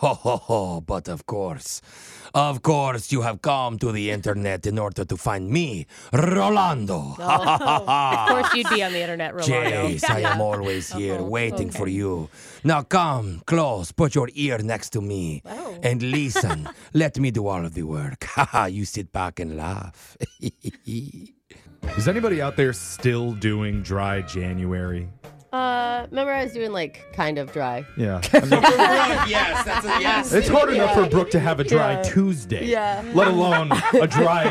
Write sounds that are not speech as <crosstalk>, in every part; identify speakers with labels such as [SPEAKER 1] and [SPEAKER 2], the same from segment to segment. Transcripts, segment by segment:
[SPEAKER 1] Ho ho ho, but of course. Of course, you have come to the internet in order to find me,
[SPEAKER 2] <laughs>
[SPEAKER 1] Rolando.
[SPEAKER 2] Oh,
[SPEAKER 1] <laughs>
[SPEAKER 2] Of course, you'd be on the internet, Rolando.
[SPEAKER 1] Jace, I am always
[SPEAKER 2] Oh,
[SPEAKER 1] here waiting for you. Now come close, put your ear next to me,
[SPEAKER 2] Wow. <laughs>
[SPEAKER 1] and listen. Let me do all of the work. <laughs> Haha, you sit back and laugh.
[SPEAKER 3] Is anybody out there still doing dry January?
[SPEAKER 2] <laughs> Uh, remember I was doing like kind of dry. <laughs>
[SPEAKER 3] Yeah. I mean,
[SPEAKER 1] yes, that's a yes.
[SPEAKER 3] it's hard enough for Brooke to have a dry
[SPEAKER 2] Yeah.
[SPEAKER 3] Tuesday,
[SPEAKER 2] Yeah.
[SPEAKER 3] let alone a dry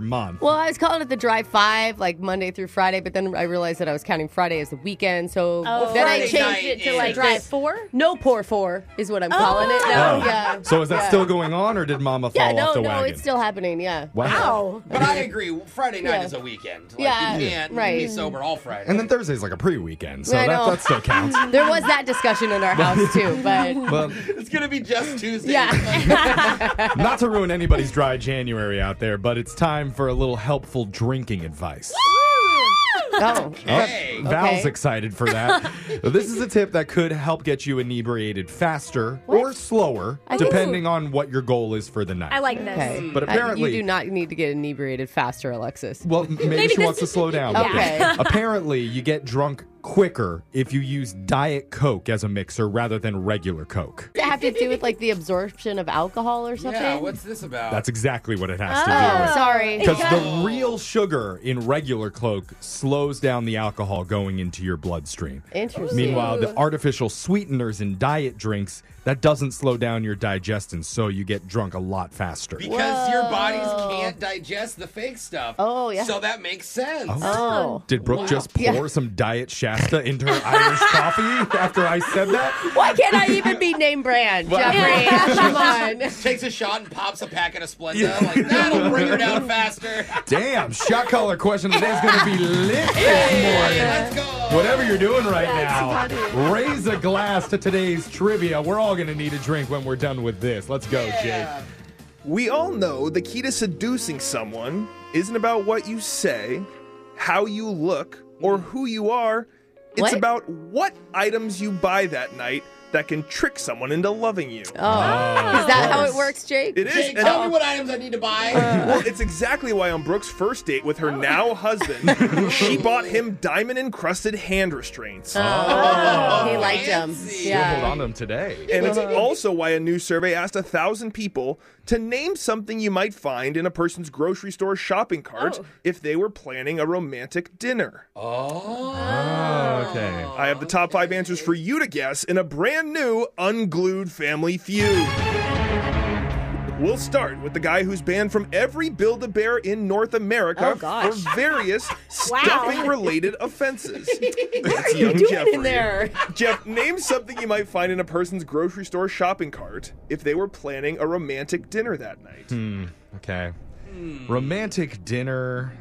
[SPEAKER 2] <laughs>
[SPEAKER 3] month.
[SPEAKER 2] Well, I was calling it the dry five, like Monday through Friday, but then I realized that I was counting Friday as the weekend, so then I changed it to like
[SPEAKER 4] drive
[SPEAKER 2] this. Oh.
[SPEAKER 4] four.
[SPEAKER 2] No pour four is what I'm calling it now.
[SPEAKER 3] Wow.
[SPEAKER 2] Yeah.
[SPEAKER 3] Oh. So is that
[SPEAKER 2] Yeah.
[SPEAKER 3] still going on, or did Mama fall
[SPEAKER 2] Yeah, no,
[SPEAKER 3] off the
[SPEAKER 2] no,
[SPEAKER 3] wagon?
[SPEAKER 2] it's still happening. Yeah.
[SPEAKER 3] wow.
[SPEAKER 5] But I agree. Friday night
[SPEAKER 2] Yeah.
[SPEAKER 5] is a weekend. Like,
[SPEAKER 2] Yeah,
[SPEAKER 5] you can't
[SPEAKER 2] right.
[SPEAKER 5] be sober all Friday.
[SPEAKER 3] And then Thursday's like a pre-weekend, so
[SPEAKER 2] I
[SPEAKER 3] that,
[SPEAKER 2] know.
[SPEAKER 3] that still counts.
[SPEAKER 2] There was that discussion
[SPEAKER 3] <laughs>
[SPEAKER 2] in <laughs> our house too, but
[SPEAKER 3] Well,
[SPEAKER 5] <laughs> it's gonna be just Tuesday.
[SPEAKER 2] <laughs> yeah.
[SPEAKER 3] not to ruin anybody's dry January out there, but it's time for a little helpful drinking advice.
[SPEAKER 5] <laughs>
[SPEAKER 2] <laughs> Oh.
[SPEAKER 5] Hey.
[SPEAKER 3] Val's
[SPEAKER 2] Okay.
[SPEAKER 3] excited for
[SPEAKER 2] <laughs>
[SPEAKER 3] that. this is a tip that could help get you inebriated faster or slower, depending on what your goal is for the night.
[SPEAKER 4] I like this.
[SPEAKER 2] Okay.
[SPEAKER 3] But
[SPEAKER 2] Uh,
[SPEAKER 3] apparently-
[SPEAKER 2] you do not need to get inebriated faster, Alexis.
[SPEAKER 3] well, m- maybe, she
[SPEAKER 4] this
[SPEAKER 3] wants to
[SPEAKER 4] is-
[SPEAKER 3] slow down.
[SPEAKER 2] Yeah. <laughs>
[SPEAKER 3] with this.
[SPEAKER 2] Okay.
[SPEAKER 3] Apparently, you get drunk quicker if you use Diet Coke as a mixer rather than regular Coke.
[SPEAKER 2] Does it have to do with like the absorption of alcohol or something?
[SPEAKER 5] Yeah. What's this about?
[SPEAKER 3] That's exactly what it has to do with.
[SPEAKER 2] oh, sorry.
[SPEAKER 3] Because the real sugar in regular Coke slows down the alcohol going into your bloodstream.
[SPEAKER 2] Interesting.
[SPEAKER 3] Meanwhile, the artificial sweeteners in diet drinks that doesn't slow down your digestion, so you get drunk a lot faster.
[SPEAKER 5] because your bodies can't digest the fake stuff.
[SPEAKER 2] Oh, yeah.
[SPEAKER 5] So that makes sense.
[SPEAKER 2] Oh.
[SPEAKER 3] Did Brooke just pour
[SPEAKER 2] Yeah.
[SPEAKER 3] some diet Shasta into her Irish coffee after I said that?
[SPEAKER 2] Why can't I even be name brand, Jeffrey? Come on.
[SPEAKER 5] Takes a shot and pops a packet of Splenda. Like that'll bring her down faster.
[SPEAKER 3] Damn, shot collar question today is going to be lit
[SPEAKER 5] Hey,
[SPEAKER 3] this morning.
[SPEAKER 5] let's go.
[SPEAKER 3] Whatever you're doing right now, raise a glass to today's trivia. We're all going to need a drink when we're done with this. Let's go, Jake.
[SPEAKER 6] We all know the key to seducing someone isn't about what you say, how you look, or who you are. It's
[SPEAKER 2] What?
[SPEAKER 6] about what items you buy that night that can trick someone into loving you.
[SPEAKER 2] Oh.
[SPEAKER 5] Ah.
[SPEAKER 2] Is that how it
[SPEAKER 5] <laughs>
[SPEAKER 2] works, Jake?
[SPEAKER 6] It is.
[SPEAKER 5] Jake,
[SPEAKER 6] and-
[SPEAKER 5] tell me what items I need to buy.
[SPEAKER 6] well, it's exactly why on Brooke's first date with
[SPEAKER 2] <laughs>
[SPEAKER 6] her now husband, she bought him diamond encrusted hand restraints.
[SPEAKER 2] Oh, he liked them.
[SPEAKER 5] fancy.
[SPEAKER 3] We'll hold
[SPEAKER 2] Yeah.
[SPEAKER 3] on to them today.
[SPEAKER 6] And it's also why a new survey asked a thousand people to name something you might find in a person's grocery store shopping cart if they were planning a romantic dinner.
[SPEAKER 3] Oh, okay.
[SPEAKER 6] I have the top five answers for you to guess in a brand new Unglued Family Feud. We'll start with the guy who's banned from every Build a Bear in North America
[SPEAKER 2] Oh, gosh.
[SPEAKER 6] for various stuffing related offenses. That's young
[SPEAKER 2] Doing in
[SPEAKER 6] Jeffrey.
[SPEAKER 2] there.
[SPEAKER 6] <laughs> Jeff, name something you might find in a person's grocery store shopping cart if they were planning a romantic dinner that night.
[SPEAKER 3] Hmm, Okay. Romantic dinner.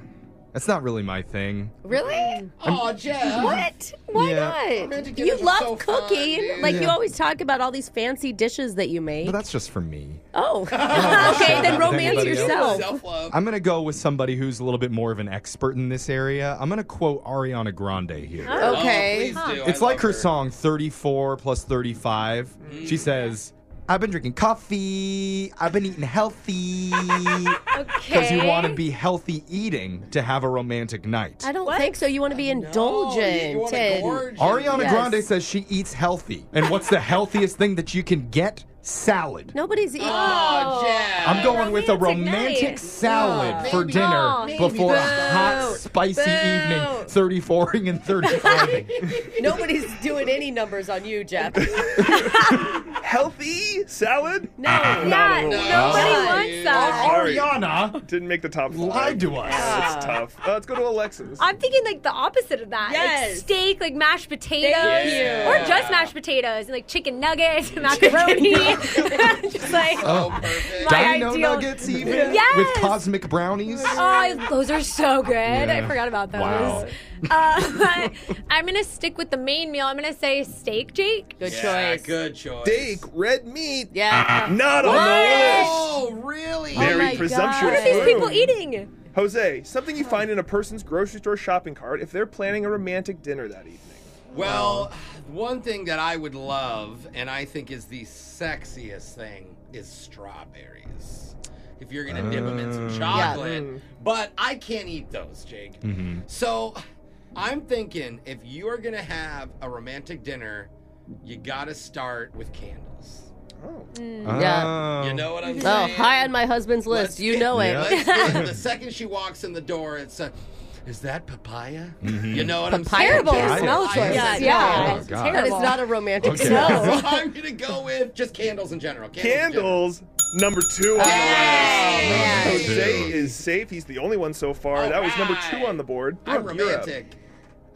[SPEAKER 3] That's not really my thing.
[SPEAKER 2] Really?
[SPEAKER 5] Oh, Jeff.
[SPEAKER 2] What? Why
[SPEAKER 3] Yeah.
[SPEAKER 2] not?
[SPEAKER 5] Romantic
[SPEAKER 2] You
[SPEAKER 5] dinners are
[SPEAKER 2] love
[SPEAKER 5] so fun,
[SPEAKER 2] cooking.
[SPEAKER 5] dude.
[SPEAKER 2] like you
[SPEAKER 3] Yeah.
[SPEAKER 2] always talk about all these fancy dishes that you make.
[SPEAKER 3] But that's just for me.
[SPEAKER 5] <laughs>
[SPEAKER 2] <laughs> oh. okay, then
[SPEAKER 3] Does
[SPEAKER 2] romance
[SPEAKER 3] anybody else?
[SPEAKER 2] yourself.
[SPEAKER 5] Self-love.
[SPEAKER 3] I'm going to go with somebody who's a little bit more of an expert in this area. I'm going to quote Ariana Grande here.
[SPEAKER 2] Okay.
[SPEAKER 5] Oh, please do.
[SPEAKER 3] It's
[SPEAKER 5] I
[SPEAKER 3] like
[SPEAKER 5] love Mm.
[SPEAKER 3] her song 34 plus 35. She says, I've been drinking coffee. I've been eating healthy. <laughs> Because
[SPEAKER 4] Okay.
[SPEAKER 3] you want to be healthy eating to have a romantic night.
[SPEAKER 2] I don't think so. You want to be
[SPEAKER 5] Oh, you-
[SPEAKER 2] indulgent.
[SPEAKER 5] you wanna
[SPEAKER 2] and-
[SPEAKER 5] gorge and-
[SPEAKER 3] Ariana
[SPEAKER 2] Yes.
[SPEAKER 3] Grande says she eats healthy. And what's the healthiest thing that you can get? Salad.
[SPEAKER 2] Nobody's eating.
[SPEAKER 5] Oh, Jeff.
[SPEAKER 3] I'm going with a
[SPEAKER 4] Romantic
[SPEAKER 3] romantic
[SPEAKER 4] night.
[SPEAKER 3] salad
[SPEAKER 5] Yeah.
[SPEAKER 3] for
[SPEAKER 5] Maybe.
[SPEAKER 3] dinner
[SPEAKER 4] Aw. Maybe.
[SPEAKER 3] before a
[SPEAKER 2] Boo.
[SPEAKER 3] hot, spicy
[SPEAKER 2] Boo.
[SPEAKER 3] evening, 34ing and
[SPEAKER 4] <laughs>
[SPEAKER 2] <laughs>
[SPEAKER 3] 35ing.
[SPEAKER 2] Nobody's doing any numbers on you, Jeff.
[SPEAKER 6] Healthy salad?
[SPEAKER 2] No.
[SPEAKER 4] Yeah, nobody
[SPEAKER 6] No.
[SPEAKER 2] No.
[SPEAKER 4] wants that.
[SPEAKER 6] Sorry.
[SPEAKER 3] Ariana
[SPEAKER 6] Didn't make the top five.
[SPEAKER 3] lied to us.
[SPEAKER 6] That's tough. Uh, let's go to Alexis.
[SPEAKER 4] I'm thinking like the opposite of that. Like
[SPEAKER 2] Yes.
[SPEAKER 4] steak, like mashed potatoes.
[SPEAKER 5] you.
[SPEAKER 4] Or just mashed potatoes and like chicken nuggets, <laughs> macaroni. <laughs> just like
[SPEAKER 5] Oh, perfect.
[SPEAKER 4] My
[SPEAKER 3] Dino
[SPEAKER 4] ideal-
[SPEAKER 3] nuggets even
[SPEAKER 4] Yes.
[SPEAKER 3] with cosmic brownies.
[SPEAKER 4] Oh, those are so good.
[SPEAKER 3] Yeah.
[SPEAKER 4] I forgot about those.
[SPEAKER 3] Wow.
[SPEAKER 4] Uh, <laughs> I'm gonna stick with the main meal. I'm gonna say steak, Jake.
[SPEAKER 2] Good
[SPEAKER 5] Yeah,
[SPEAKER 2] choice.
[SPEAKER 5] good choice.
[SPEAKER 6] Steak, red meat.
[SPEAKER 3] Uh,
[SPEAKER 2] Yeah.
[SPEAKER 6] Not on the list.
[SPEAKER 5] Oh, really?
[SPEAKER 2] Oh
[SPEAKER 6] Very
[SPEAKER 2] my
[SPEAKER 6] presumptuous.
[SPEAKER 2] God. What
[SPEAKER 4] What are these
[SPEAKER 6] Ooh.
[SPEAKER 4] people eating?
[SPEAKER 6] Jose, something you find in a person's grocery store shopping cart if they're planning a romantic dinner that evening.
[SPEAKER 5] Well, one thing that I would love, and I think is the sexiest thing, is strawberries. If you're gonna dip 'em dip them in some chocolate, but I can't eat those, Jake. So, I'm thinking if you're gonna have a romantic dinner, you gotta start with candles.
[SPEAKER 2] Yeah.
[SPEAKER 5] You know what I'm
[SPEAKER 2] Oh,
[SPEAKER 5] saying?
[SPEAKER 2] high on my husband's list.
[SPEAKER 5] Let's
[SPEAKER 2] you
[SPEAKER 5] get-
[SPEAKER 2] know it.
[SPEAKER 3] Yeah.
[SPEAKER 5] let's
[SPEAKER 2] <laughs>
[SPEAKER 5] get- the second she walks in the door, it's a. Is that papaya? You know
[SPEAKER 2] Papaya
[SPEAKER 5] what I'm saying?
[SPEAKER 2] Terrible
[SPEAKER 5] Papaya.
[SPEAKER 2] smell
[SPEAKER 5] Papaya.
[SPEAKER 2] choice.
[SPEAKER 4] Yeah.
[SPEAKER 3] Mm-hmm. Oh, God.
[SPEAKER 2] That is not a romantic
[SPEAKER 3] Okay.
[SPEAKER 2] smell.
[SPEAKER 5] So I'm gonna go with just candles in general. Candles. in general.
[SPEAKER 6] Candles, number two. on the
[SPEAKER 2] Yay!
[SPEAKER 6] list.
[SPEAKER 2] Man.
[SPEAKER 6] Jose is safe. He's the only one so far.
[SPEAKER 5] All
[SPEAKER 6] that was number
[SPEAKER 5] right.
[SPEAKER 6] two on the board.
[SPEAKER 5] Oh, I'm
[SPEAKER 6] Brooke, you're up.
[SPEAKER 5] romantic.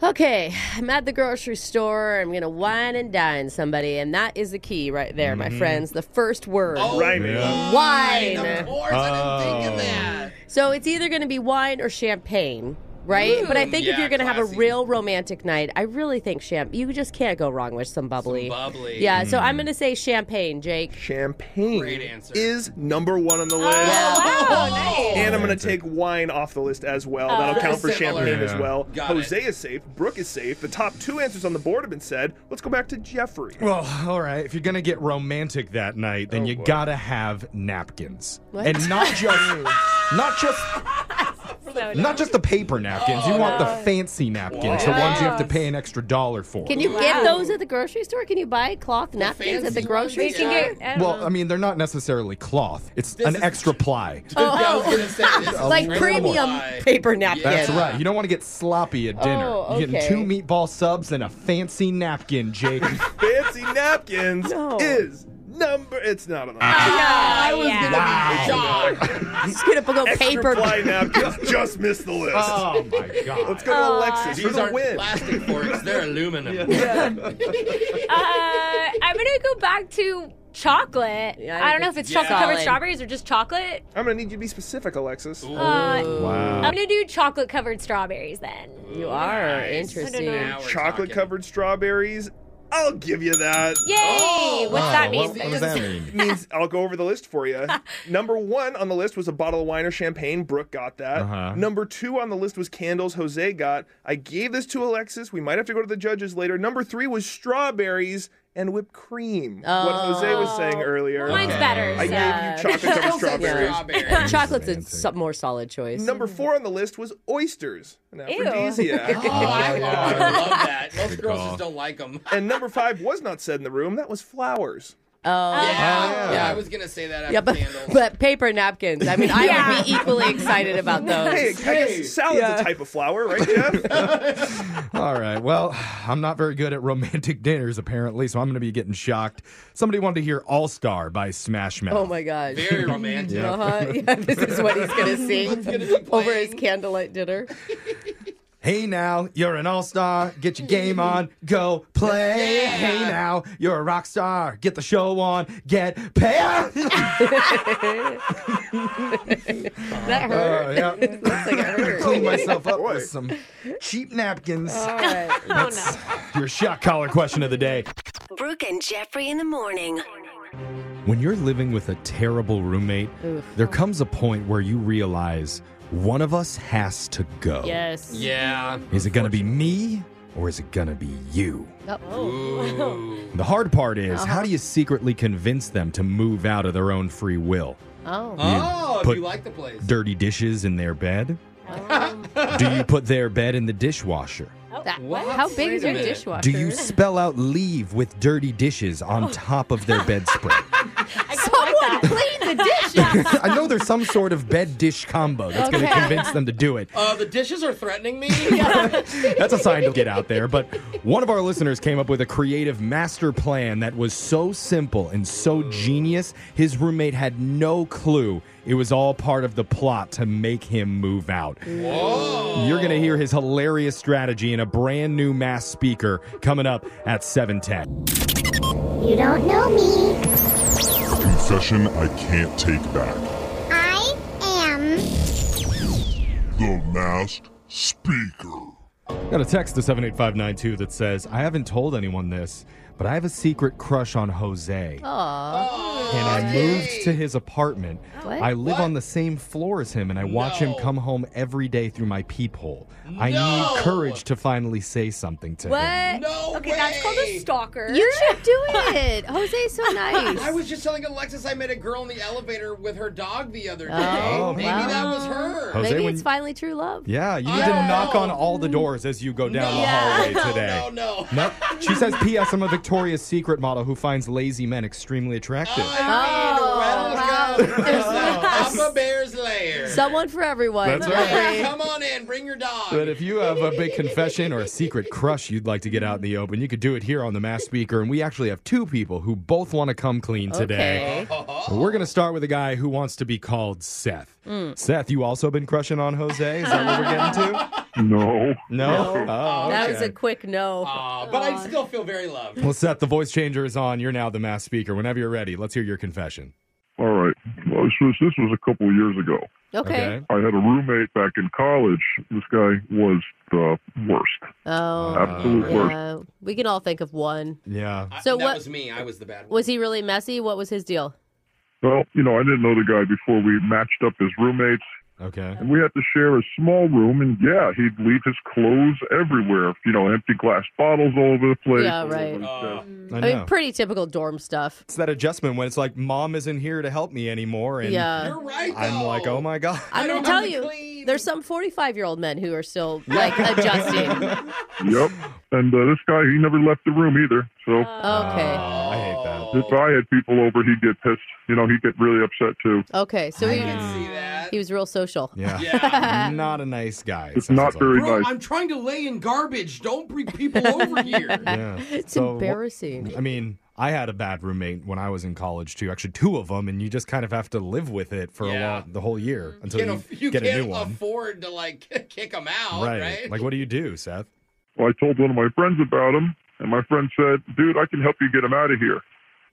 [SPEAKER 2] Okay, I'm at the grocery store. I'm gonna wine and dine somebody, and that is the key right there, my friends. The first word.
[SPEAKER 5] Oh,
[SPEAKER 6] Rhyming.
[SPEAKER 3] Yeah.
[SPEAKER 2] Wine.
[SPEAKER 5] Of course, I didn't think
[SPEAKER 3] Oh.
[SPEAKER 5] of that.
[SPEAKER 2] So it's either gonna be wine or champagne, right? but I
[SPEAKER 5] Ooh,
[SPEAKER 2] think if
[SPEAKER 5] yeah,
[SPEAKER 2] you're gonna have
[SPEAKER 5] classy.
[SPEAKER 2] a real romantic night, I really think champ. You just can't go wrong with some bubbly.
[SPEAKER 5] bubbly.
[SPEAKER 2] Yeah. So
[SPEAKER 4] Mm.
[SPEAKER 2] I'm gonna say champagne, Jake.
[SPEAKER 6] Champagne
[SPEAKER 5] Great answer. Oh,
[SPEAKER 6] is number one on the list.
[SPEAKER 4] wow, nice.
[SPEAKER 6] And I'm going to take wine off the list as well. That'll
[SPEAKER 5] Oh, Very
[SPEAKER 6] count for
[SPEAKER 5] similar.
[SPEAKER 6] champagne as
[SPEAKER 3] Yeah.
[SPEAKER 6] well.
[SPEAKER 5] Got
[SPEAKER 6] Jose
[SPEAKER 5] it.
[SPEAKER 6] is safe. Brooke is safe. The top two answers on the board have been said. Let's go back to Jeffrey.
[SPEAKER 3] Well, all right. If you're gonna get romantic that night, then you
[SPEAKER 6] boy.
[SPEAKER 3] gotta have napkins,
[SPEAKER 2] What?
[SPEAKER 4] <laughs>
[SPEAKER 3] and not just, not just, not just the paper napkins. you want the fancy napkins, the ones you have to pay an extra dollar for.
[SPEAKER 2] Can you get those at the grocery store? Can you buy cloth napkins at the
[SPEAKER 5] fancy
[SPEAKER 2] grocery
[SPEAKER 5] ones,
[SPEAKER 2] store?
[SPEAKER 5] yeah.
[SPEAKER 4] can get. I don't
[SPEAKER 3] well, uh,
[SPEAKER 4] know.
[SPEAKER 3] I mean, they're not necessarily cloth. It's
[SPEAKER 5] This
[SPEAKER 3] an
[SPEAKER 5] is-
[SPEAKER 3] extra ply.
[SPEAKER 2] Oh,
[SPEAKER 5] I was gonna say this is
[SPEAKER 2] like
[SPEAKER 5] really
[SPEAKER 2] premium
[SPEAKER 5] why.
[SPEAKER 2] paper napkins.
[SPEAKER 5] Yeah.
[SPEAKER 3] That's right. You don't want to get sloppy at dinner.
[SPEAKER 2] Oh,
[SPEAKER 3] You're
[SPEAKER 2] okay.
[SPEAKER 3] getting two meatball subs and a fancy
[SPEAKER 2] <laughs>
[SPEAKER 3] napkin, Jake.
[SPEAKER 6] Fancy napkins
[SPEAKER 2] No.
[SPEAKER 6] is number. It's not on the list.
[SPEAKER 5] I was
[SPEAKER 4] Ah. yeah.
[SPEAKER 5] gonna be shocked.
[SPEAKER 2] Just gonna go
[SPEAKER 6] Extra
[SPEAKER 2] paper.
[SPEAKER 6] ply
[SPEAKER 2] <laughs>
[SPEAKER 6] napkins just missed the list.
[SPEAKER 3] oh
[SPEAKER 6] <laughs>
[SPEAKER 3] my god.
[SPEAKER 6] Let's go to Alexis for
[SPEAKER 5] These
[SPEAKER 6] the
[SPEAKER 5] aren't
[SPEAKER 6] win.
[SPEAKER 5] plastic forks;
[SPEAKER 6] <laughs>
[SPEAKER 2] <laughs>
[SPEAKER 5] they're aluminum. Yeah.
[SPEAKER 4] Uh, I'm gonna go back to chocolate.
[SPEAKER 2] Yeah,
[SPEAKER 4] I don't know if it's
[SPEAKER 5] yeah.
[SPEAKER 4] chocolate covered
[SPEAKER 2] Solid.
[SPEAKER 4] strawberries or just chocolate.
[SPEAKER 6] I'm going to need you to be specific, Alexis.
[SPEAKER 4] Uh,
[SPEAKER 3] Wow.
[SPEAKER 4] I'm gonna do chocolate covered strawberries then.
[SPEAKER 2] You are
[SPEAKER 5] Nice.
[SPEAKER 2] interesting.
[SPEAKER 5] Now we're
[SPEAKER 6] Chocolate
[SPEAKER 5] talking.
[SPEAKER 6] covered strawberries. I'll give you that. Oh!
[SPEAKER 4] Yay! What's
[SPEAKER 3] Wow,
[SPEAKER 4] that mean?
[SPEAKER 3] What, what does that mean?
[SPEAKER 6] <laughs> means I'll go over the list
[SPEAKER 4] <laughs>
[SPEAKER 6] for you. Number one on the list was a bottle of wine or champagne. Brooke got that.
[SPEAKER 3] Uh-huh.
[SPEAKER 6] Number two on the list was candles. Jose got. I gave this to Alexis. We might have to go to the judges later. Number three was strawberries and whipped cream. What Jose was saying earlier.
[SPEAKER 4] Oh. Mine's better.
[SPEAKER 6] I
[SPEAKER 4] so-
[SPEAKER 6] gave you
[SPEAKER 4] <laughs>
[SPEAKER 6] chocolate covered
[SPEAKER 5] Those are
[SPEAKER 2] <laughs>
[SPEAKER 6] strawberries.
[SPEAKER 5] strawberries.
[SPEAKER 2] Chocolate's a
[SPEAKER 3] Fancy.
[SPEAKER 2] so- more solid choice.
[SPEAKER 6] Number four on the list was oysters, an aphrodisiac.
[SPEAKER 5] Oh, <laughs> I, oh, I love that. Most girls
[SPEAKER 3] call.
[SPEAKER 5] just don't like them.
[SPEAKER 6] and number five was not said in the room. That was flowers.
[SPEAKER 2] oh.
[SPEAKER 5] Yeah,
[SPEAKER 3] yeah.
[SPEAKER 5] yeah, I was gonna say that after
[SPEAKER 2] Yeah, but,
[SPEAKER 5] candles.
[SPEAKER 2] but paper napkins. I mean, I <laughs>
[SPEAKER 4] Yeah.
[SPEAKER 2] would be equally excited about
[SPEAKER 6] Hey, I
[SPEAKER 2] those.
[SPEAKER 6] guess salad's
[SPEAKER 2] Yeah.
[SPEAKER 6] a type of flower, right, Jeff?
[SPEAKER 3] All right. Well, I'm not very good at romantic dinners apparently, so I'm going to be getting shocked. Somebody wanted to hear All Star by Smash Mouth.
[SPEAKER 2] Oh my gosh.
[SPEAKER 5] Very romantic.
[SPEAKER 2] <laughs> Uh-huh. Yeah, this is what he's
[SPEAKER 5] <laughs>
[SPEAKER 2] gonna sing
[SPEAKER 5] be
[SPEAKER 2] <laughs> over his
[SPEAKER 5] playing.
[SPEAKER 2] candlelight dinner.
[SPEAKER 3] Hey now, you're an all star. Get your game on. Go play. Hey now, you're a rock star. Get the show on. Get paid.
[SPEAKER 2] That hurt.
[SPEAKER 3] Uh, yeah.
[SPEAKER 2] Looks like it hurt. <laughs>
[SPEAKER 3] Clean myself up with some cheap napkins.
[SPEAKER 2] All right. Oh,
[SPEAKER 3] That's your shot collar question of the day.
[SPEAKER 7] Brooke and Jeffrey in the morning.
[SPEAKER 3] When you're living with a terrible roommate, there comes a point where you realize one of us has to go.
[SPEAKER 2] Yes.
[SPEAKER 5] Yeah.
[SPEAKER 3] Is it going to be me or is it going to be you?
[SPEAKER 5] Ooh.
[SPEAKER 3] The hard part is,
[SPEAKER 2] Uh-huh.
[SPEAKER 3] how do you secretly convince them to move out of their own free will?
[SPEAKER 2] Oh.
[SPEAKER 5] Oh, if
[SPEAKER 3] Put
[SPEAKER 5] you like the place.
[SPEAKER 3] Dirty dishes in their bed? <laughs> do you put their bed in the dishwasher?
[SPEAKER 2] That-
[SPEAKER 5] What?
[SPEAKER 2] How big
[SPEAKER 5] Wait
[SPEAKER 2] is
[SPEAKER 5] a
[SPEAKER 2] your
[SPEAKER 5] minute.
[SPEAKER 2] dishwasher?
[SPEAKER 3] Do you spell out leave with dirty dishes
[SPEAKER 2] Oh.
[SPEAKER 3] on top of their bedspread?
[SPEAKER 2] <laughs> Someone clean the dishes.
[SPEAKER 3] <laughs> I know there's some sort of bed dish combo that's going to
[SPEAKER 2] Okay.
[SPEAKER 3] convince them to do it.
[SPEAKER 5] Uh, the dishes are threatening me.
[SPEAKER 3] That's a sign to get out there. But one of our listeners came up with a creative master plan that was so simple and so genius, his roommate had no clue it was all part of the plot to make him move out.
[SPEAKER 5] <laughs>
[SPEAKER 3] <laughs>
[SPEAKER 5] Whoa.
[SPEAKER 3] You're going to hear his hilarious strategy in a brand new mass speaker coming up at 710.
[SPEAKER 8] You don't know me.
[SPEAKER 9] Confession I can't take back.
[SPEAKER 8] I am.
[SPEAKER 9] The masked speaker.
[SPEAKER 3] Got a text to 78592 that says, I haven't told anyone this, but I have a secret crush on Jose.
[SPEAKER 2] Aw.
[SPEAKER 3] and I moved to his apartment.
[SPEAKER 2] What?
[SPEAKER 3] I live
[SPEAKER 5] What?
[SPEAKER 3] on the same floor as him, and I watch him
[SPEAKER 5] No.
[SPEAKER 3] come home every day through my peephole. I
[SPEAKER 5] No.
[SPEAKER 3] need courage to finally say something to him.
[SPEAKER 4] What?
[SPEAKER 5] No
[SPEAKER 4] okay, that's called
[SPEAKER 5] way.
[SPEAKER 4] a stalker.
[SPEAKER 2] You should do
[SPEAKER 4] <laughs>
[SPEAKER 2] it. Jose's so nice.
[SPEAKER 5] I was just telling Alexis I met a girl in the elevator with her dog the other day.
[SPEAKER 2] Oh,
[SPEAKER 5] Maybe
[SPEAKER 2] wow.
[SPEAKER 5] that was her.
[SPEAKER 3] Jose,
[SPEAKER 2] Maybe
[SPEAKER 3] when-
[SPEAKER 2] it's finally true love.
[SPEAKER 3] Yeah, you need
[SPEAKER 5] No.
[SPEAKER 3] to knock on all the doors as you go down the hallway
[SPEAKER 5] no,
[SPEAKER 3] today.
[SPEAKER 5] no, no.
[SPEAKER 3] Nope. She says, P.S. I'm a Victoria's Secret model who finds lazy men extremely attractive.
[SPEAKER 2] Oh,
[SPEAKER 5] I mean, welcome to Papa Bear's lair.
[SPEAKER 2] Someone for everyone.
[SPEAKER 3] That's
[SPEAKER 5] Hey,
[SPEAKER 3] right.
[SPEAKER 5] come on in, bring your dog.
[SPEAKER 3] But if you have a big confession or a secret crush you'd like to get out in the open, you could do it here on the Mass Speaker. And we actually have two people who both want to come clean today. But We're going to start with a guy who wants to be called Seth.
[SPEAKER 2] Mm.
[SPEAKER 3] Seth, you also been crushing on Jose? Is that what we're getting to?
[SPEAKER 5] <laughs>
[SPEAKER 9] No.
[SPEAKER 3] No. Oh,
[SPEAKER 2] That was
[SPEAKER 3] okay.
[SPEAKER 2] a quick no.
[SPEAKER 5] Aw, but I still feel very loved.
[SPEAKER 3] well, Seth, the voice changer is on. You're now the mass speaker. Whenever you're ready, let's hear your confession.
[SPEAKER 9] All right. Well, this was, this was a couple of years ago.
[SPEAKER 2] okay.
[SPEAKER 9] I had a roommate back in college. This guy was the worst.
[SPEAKER 2] Oh.
[SPEAKER 9] Absolute worst.
[SPEAKER 2] yeah. We can all think of one.
[SPEAKER 3] Yeah.
[SPEAKER 5] I-
[SPEAKER 2] So
[SPEAKER 5] that
[SPEAKER 2] what-
[SPEAKER 5] was me. I was the bad one.
[SPEAKER 2] Was he really messy? What was his deal?
[SPEAKER 9] Well, you know, I didn't know the guy before we matched up as roommates.
[SPEAKER 3] Okay.
[SPEAKER 9] And we had to share a small room, and yeah, he'd leave his clothes everywhere. You know, empty glass bottles all over the place.
[SPEAKER 2] Yeah, right.
[SPEAKER 5] Uh,
[SPEAKER 3] I
[SPEAKER 2] I <laughs> mean,
[SPEAKER 3] know.
[SPEAKER 2] pretty typical dorm stuff.
[SPEAKER 3] It's that adjustment when it's like, mom isn't here to help me anymore. And
[SPEAKER 2] Yeah.
[SPEAKER 5] you're right.
[SPEAKER 3] I'm
[SPEAKER 5] though.
[SPEAKER 3] like, oh my God.
[SPEAKER 2] I'm
[SPEAKER 5] I
[SPEAKER 2] going
[SPEAKER 5] don't
[SPEAKER 2] to tell
[SPEAKER 5] have to
[SPEAKER 2] you,
[SPEAKER 5] clean.
[SPEAKER 2] there's some 45 year old men who are still like adjusting.
[SPEAKER 3] <laughs>
[SPEAKER 2] Okay.
[SPEAKER 9] Yep. And uh, this guy, he never left the room either. So
[SPEAKER 3] Oh, I hate that.
[SPEAKER 9] if I had people over, he'd get pissed. You know, he'd get really upset too.
[SPEAKER 2] okay. So
[SPEAKER 5] I
[SPEAKER 2] he,
[SPEAKER 5] can see that.
[SPEAKER 2] he was real social.
[SPEAKER 3] Yeah.
[SPEAKER 5] Mm.
[SPEAKER 2] <laughs>
[SPEAKER 5] Yeah.
[SPEAKER 3] not a nice guy. it
[SPEAKER 9] It's
[SPEAKER 3] sounds
[SPEAKER 9] not
[SPEAKER 3] like.
[SPEAKER 9] very
[SPEAKER 5] Bro,
[SPEAKER 9] nice.
[SPEAKER 5] I'm trying to lay in garbage. Don't bring people
[SPEAKER 2] <laughs>
[SPEAKER 5] over here.
[SPEAKER 3] Yeah.
[SPEAKER 2] It's
[SPEAKER 3] So,
[SPEAKER 2] embarrassing.
[SPEAKER 3] I mean, I had a bad roommate when I was in college too. Actually, two of them, and you just kind of have to live with it for
[SPEAKER 5] Yeah.
[SPEAKER 3] a long, the whole year
[SPEAKER 2] Mm-hmm.
[SPEAKER 3] until
[SPEAKER 5] You,
[SPEAKER 3] you,
[SPEAKER 5] know, you
[SPEAKER 3] get
[SPEAKER 5] can't
[SPEAKER 3] a new one.
[SPEAKER 5] afford to like <laughs> kick them out, right?
[SPEAKER 3] Like, what do you do, Seth?
[SPEAKER 9] Well, I told one of my friends about him, and my friend said, "Dude, I can help you get him out of here."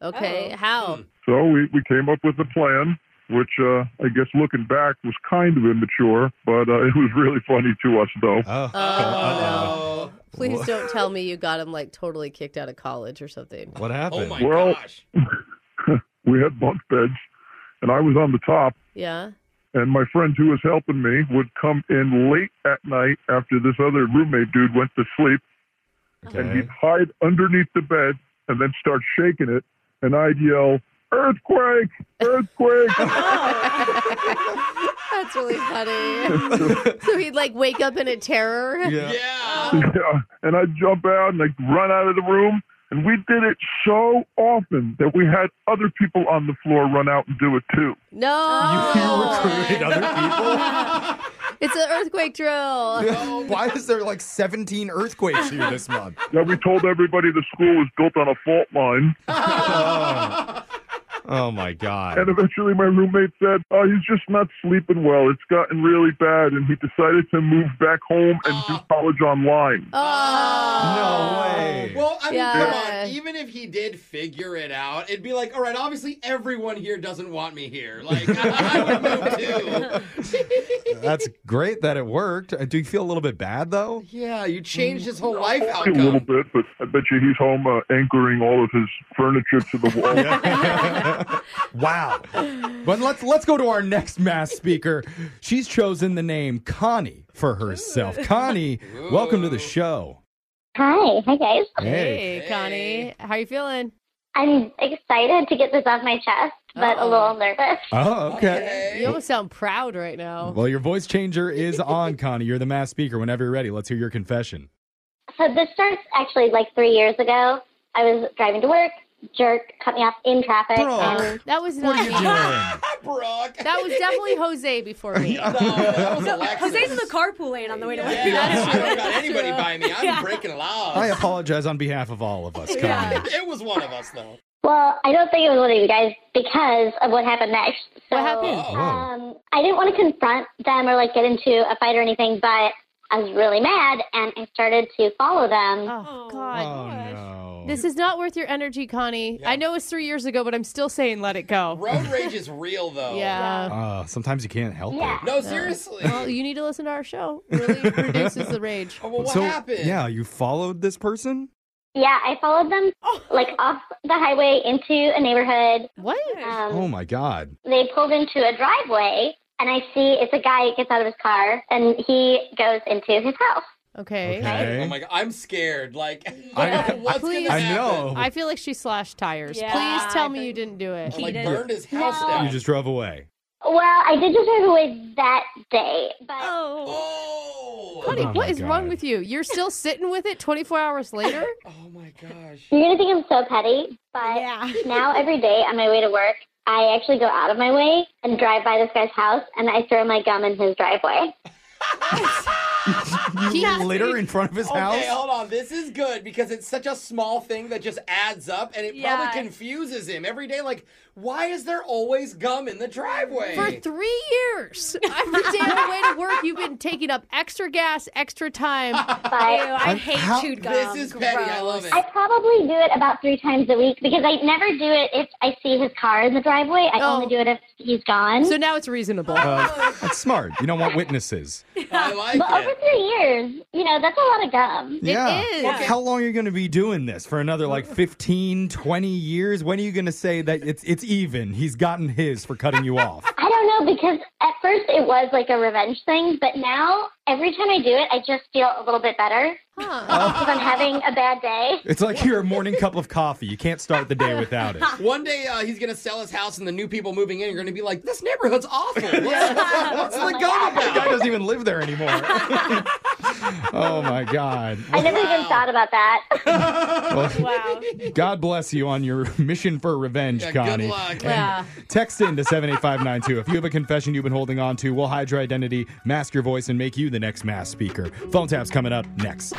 [SPEAKER 5] Oh.
[SPEAKER 2] Okay. How?
[SPEAKER 5] Hmm.
[SPEAKER 9] So we, we came up with a plan, which uh, I guess looking back was kind of immature, but uh, <laughs> it was really funny to us though.
[SPEAKER 3] Oh,
[SPEAKER 5] oh,
[SPEAKER 2] Please don't
[SPEAKER 5] <laughs>
[SPEAKER 2] tell me you got him like totally kicked out of college or something.
[SPEAKER 3] what
[SPEAKER 5] oh
[SPEAKER 3] happened?
[SPEAKER 5] my
[SPEAKER 9] Well-
[SPEAKER 5] gosh!
[SPEAKER 9] <laughs> we had bunk beds, and I was on the top.
[SPEAKER 2] Yeah.
[SPEAKER 9] And my friend who was helping me would come in late at night after this other roommate dude went to sleep, and
[SPEAKER 3] okay.
[SPEAKER 9] he'd hide underneath the bed and then start shaking it, and I'd yell, "Earthquake! Earthquake!"
[SPEAKER 2] That's really
[SPEAKER 5] <laughs>
[SPEAKER 2] funny. so he'd like wake up in a terror.
[SPEAKER 3] Yeah.
[SPEAKER 5] Yeah.
[SPEAKER 9] Yeah, and I'd jump out and I'd run out of the room. And we did it so often that we had other people on the floor run out and do it too.
[SPEAKER 2] No.
[SPEAKER 3] You recruited other people.
[SPEAKER 2] <laughs> It's an earthquake
[SPEAKER 5] <laughs>
[SPEAKER 2] drill.
[SPEAKER 3] Why is there like 17 earthquakes here this
[SPEAKER 5] <laughs>
[SPEAKER 3] month?
[SPEAKER 9] Yeah, we told everybody the school was built on a fault line.
[SPEAKER 3] Oh my God.
[SPEAKER 9] And eventually my roommate said, Oh, he's just not sleeping well. It's gotten really bad. And he decided to move back home and
[SPEAKER 5] <gasps>
[SPEAKER 9] do college online.
[SPEAKER 2] Oh.
[SPEAKER 3] No way.
[SPEAKER 5] Well, I mean,
[SPEAKER 2] Yeah.
[SPEAKER 5] come on. Even if he did figure it out, it'd be like, all right, obviously everyone here doesn't want me here. Like, I would move too.
[SPEAKER 3] That's great that it worked. Uh, Do you feel a little bit bad though?
[SPEAKER 5] <laughs> Yeah, you changed his whole life
[SPEAKER 9] A little
[SPEAKER 5] outcome.
[SPEAKER 9] bit, but I bet you he's home uh, anchoring all of his furniture to the wall.
[SPEAKER 3] Wow. but let's let's go to our next mass speaker. She's chosen the name Connie for
[SPEAKER 5] <laughs>
[SPEAKER 3] herself. Connie, welcome to the show.
[SPEAKER 8] Hi. Hi, guys.
[SPEAKER 3] Hey.
[SPEAKER 2] Hey, Connie. How you feeling?
[SPEAKER 8] I'm excited to get this off my chest, but a
[SPEAKER 2] Uh-oh.
[SPEAKER 8] little nervous.
[SPEAKER 3] Oh, okay.
[SPEAKER 2] You almost sound proud right now.
[SPEAKER 3] Well, your voice changer is on, Connie. You're the mass speaker. Whenever you're ready, let's hear your confession.
[SPEAKER 8] So this starts actually like three years ago. I was driving to work. Jerk cut me off in traffic. Um,
[SPEAKER 3] Brooke,
[SPEAKER 8] And
[SPEAKER 2] That was
[SPEAKER 3] what
[SPEAKER 2] not
[SPEAKER 3] are
[SPEAKER 2] me.
[SPEAKER 3] you doing?
[SPEAKER 5] <laughs> Brooke.
[SPEAKER 2] That was definitely Jose before me.
[SPEAKER 5] <laughs> no, that was Alexis.
[SPEAKER 4] Jose's in the carpool lane on the way to work.
[SPEAKER 5] Yeah, I don't got anybody by me. I'm breaking laws.
[SPEAKER 3] I apologize on behalf of all of us, Connie.
[SPEAKER 5] It was one of us, though.
[SPEAKER 8] well, I don't think it was one of you guys because of what happened next. So,
[SPEAKER 2] What happened?
[SPEAKER 8] Um, I didn't want to confront them or like get into a fight or anything, but I was really mad and I started to follow them.
[SPEAKER 2] Oh,
[SPEAKER 3] Oh,
[SPEAKER 2] God.
[SPEAKER 3] no.
[SPEAKER 2] This is not worth your energy, Connie. I know it's three years ago, but I'm still saying let it go.
[SPEAKER 5] Road rage is real, though.
[SPEAKER 2] Yeah.
[SPEAKER 3] Uh, sometimes you can't help it.
[SPEAKER 5] No, seriously.
[SPEAKER 2] Well, you need to listen to our show. Really reduces the rage.
[SPEAKER 5] Oh, <laughs> well, what
[SPEAKER 3] so,
[SPEAKER 5] happened?
[SPEAKER 3] Yeah, you followed this person?
[SPEAKER 8] Yeah, I followed them
[SPEAKER 10] Oh.
[SPEAKER 8] like off the highway into a neighborhood.
[SPEAKER 11] What?
[SPEAKER 8] Um,
[SPEAKER 3] Oh my God.
[SPEAKER 8] they pulled into a driveway and I see it's a guy gets out of his car and he goes into his house.
[SPEAKER 10] Okay.
[SPEAKER 5] Oh
[SPEAKER 3] Okay.
[SPEAKER 5] my god, I'm scared. Like,
[SPEAKER 3] I-
[SPEAKER 5] <laughs> what's
[SPEAKER 10] Please.
[SPEAKER 5] gonna
[SPEAKER 3] I know.
[SPEAKER 5] happen?
[SPEAKER 10] I feel like she slashed tires.
[SPEAKER 2] Yeah,
[SPEAKER 10] Please tell
[SPEAKER 2] I
[SPEAKER 10] me you didn't do it.
[SPEAKER 5] Like,
[SPEAKER 2] Cheated.
[SPEAKER 5] burned his house down.
[SPEAKER 3] You just drove
[SPEAKER 5] <laughs>
[SPEAKER 3] away.
[SPEAKER 8] Well, I did just drive away that day, but
[SPEAKER 2] Oh.
[SPEAKER 5] oh.
[SPEAKER 10] Honey,
[SPEAKER 3] Oh my
[SPEAKER 10] what is wrong
[SPEAKER 3] God.
[SPEAKER 10] with you? You're still <laughs> sitting with it 24 hours later?
[SPEAKER 5] Oh my gosh.
[SPEAKER 8] you're gonna think I'm so petty. But
[SPEAKER 2] Yeah.
[SPEAKER 8] <laughs> now every day on my way to work, I actually go out of my way and drive by this guy's house and I throw my gum in his
[SPEAKER 10] <laughs>
[SPEAKER 8] driveway.
[SPEAKER 3] you litter in front of his
[SPEAKER 5] Okay,
[SPEAKER 3] house?
[SPEAKER 5] hold on. This is good because it's such a small thing that just adds up and it
[SPEAKER 2] Yeah.
[SPEAKER 5] probably confuses him every day. Like, why is there always gum in the driveway?
[SPEAKER 10] For three
[SPEAKER 5] <laughs>
[SPEAKER 10] years, every day on the way to work, you've been taking up extra gas,
[SPEAKER 5] <laughs>
[SPEAKER 10] extra time.
[SPEAKER 8] But
[SPEAKER 2] Ew, I
[SPEAKER 3] I'm-
[SPEAKER 2] hate
[SPEAKER 3] how-
[SPEAKER 2] chewed gum.
[SPEAKER 5] this is petty. I love it.
[SPEAKER 8] I probably do it about three times a week because I never do it if I see his car in the driveway. I
[SPEAKER 10] Oh.
[SPEAKER 8] only do it if he's gone.
[SPEAKER 10] So now it's reasonable.
[SPEAKER 3] Uh, that's smart. You don't want witnesses.
[SPEAKER 5] I
[SPEAKER 8] <laughs>
[SPEAKER 5] like
[SPEAKER 8] but over
[SPEAKER 5] it.
[SPEAKER 8] three years, you know, that's a lot of gum.
[SPEAKER 3] yeah.
[SPEAKER 10] is.
[SPEAKER 3] Well, How long are you going to be doing this? For another like 15, 20 years? When are you going to say that it's it's even? He's gotten his for cutting you off.
[SPEAKER 8] I don't know because at first it was like a revenge thing, but now every time I do it, I just feel a little bit better
[SPEAKER 10] Huh.
[SPEAKER 8] if I'm having a bad day.
[SPEAKER 3] It's like your morning cup of coffee. You can't start the day without it.
[SPEAKER 5] One day uh, he's gonna sell his house, and the new people moving in are gonna be like, "This neighborhood's
[SPEAKER 3] <laughs>
[SPEAKER 5] awful. What's, what's the gum
[SPEAKER 3] The guy
[SPEAKER 5] about?"
[SPEAKER 3] doesn't even live there anymore. <laughs> oh my God.
[SPEAKER 8] I never even
[SPEAKER 5] Wow.
[SPEAKER 8] thought about that.
[SPEAKER 3] Well,
[SPEAKER 2] Wow.
[SPEAKER 3] God bless you on your mission for revenge,
[SPEAKER 5] Yeah, good
[SPEAKER 3] Connie.
[SPEAKER 5] luck.
[SPEAKER 3] And
[SPEAKER 10] Yeah.
[SPEAKER 3] Text in to 78592. If you have a confession you've been holding on to, we'll hide your identity, mask your voice, and make you the next mass speaker. Phone tap's coming up next.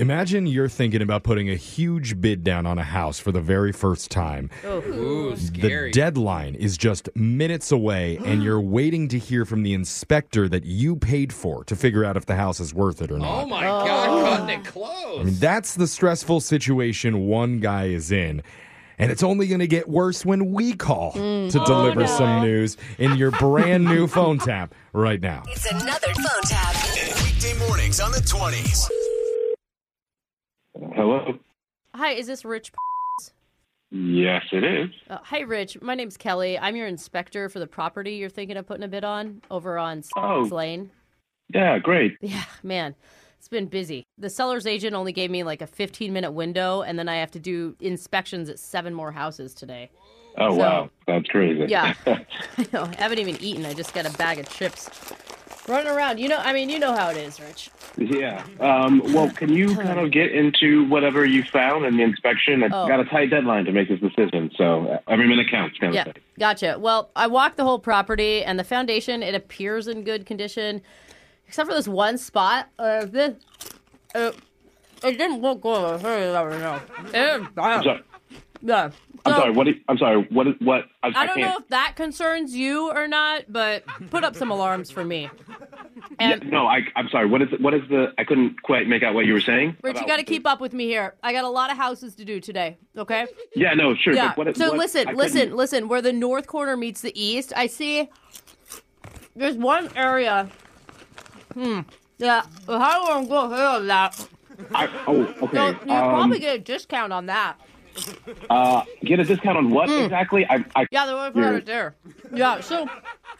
[SPEAKER 3] Imagine you're thinking about putting a huge bid down on a house for the very first time.
[SPEAKER 5] Ooh,
[SPEAKER 3] The deadline is just minutes away, and you're waiting to hear from the inspector that you paid for to figure out if the house is worth it or not.
[SPEAKER 5] oh my god, cutting it close.
[SPEAKER 3] I mean, that's the stressful situation one guy is in. And it's only going to get worse when we call to deliver some news in your brand new phone tap right now.
[SPEAKER 12] It's another phone tap.
[SPEAKER 7] Weekday mornings on the 20s.
[SPEAKER 13] Hello.
[SPEAKER 10] Hi, is this Rich?
[SPEAKER 13] Yes, it is.
[SPEAKER 10] Uh, hi, Rich. My name's Kelly. I'm your inspector for the property you're thinking of putting a bid on over on
[SPEAKER 13] Oh.
[SPEAKER 10] Saks Lane.
[SPEAKER 13] Yeah, great.
[SPEAKER 10] Yeah, man. It's been busy. The seller's agent only gave me like a 15 minute window, and then I have to do inspections at seven more houses today.
[SPEAKER 13] Oh
[SPEAKER 10] So- wow. <laughs>
[SPEAKER 13] that's crazy.
[SPEAKER 10] Yeah. I know. I haven't even eaten. I just got a bag of chips running around. You know, I mean, you know how it is, Rich.
[SPEAKER 13] <laughs> Yeah. Um, well, can you kind of get into whatever you found in the inspection? I've
[SPEAKER 10] Oh.
[SPEAKER 13] got a tight deadline to make this decision, so every minute counts. Kind
[SPEAKER 10] Yeah,
[SPEAKER 13] of thing.
[SPEAKER 10] gotcha. Well, I walked the whole property, and the foundation it appears in good condition, except for this one spot. Uh, this, uh, it didn't look good. It,
[SPEAKER 13] I'm sorry.
[SPEAKER 10] yeah.
[SPEAKER 13] I'm
[SPEAKER 10] So,
[SPEAKER 13] sorry. What? do you- I'm sorry. What? is- What? I,
[SPEAKER 10] I don't
[SPEAKER 13] can't.
[SPEAKER 10] know if that concerns you or not, but put up some alarms for me.
[SPEAKER 13] Yeah,
[SPEAKER 10] And
[SPEAKER 13] no, I, I'm sorry. What is? What is the? I couldn't quite make out what you were saying.
[SPEAKER 10] Rich, you
[SPEAKER 13] about-
[SPEAKER 10] got to keep up with me here. I got a lot of houses to do today. Okay.
[SPEAKER 13] Yeah. No. Sure.
[SPEAKER 10] Yeah.
[SPEAKER 13] But what,
[SPEAKER 10] so
[SPEAKER 13] what- I
[SPEAKER 10] listen,
[SPEAKER 13] couldn't-
[SPEAKER 10] listen, listen. Where the north corner meets the east, I see there's one area. Hmm. Yeah. Well, How do I go through that?
[SPEAKER 13] I, oh, okay.
[SPEAKER 10] So you
[SPEAKER 13] um,
[SPEAKER 10] probably get a discount on that.
[SPEAKER 13] uh, get a discount on what exactly? I, I
[SPEAKER 10] Mm. Yeah, the one
[SPEAKER 13] you're-
[SPEAKER 10] right there. Yeah. So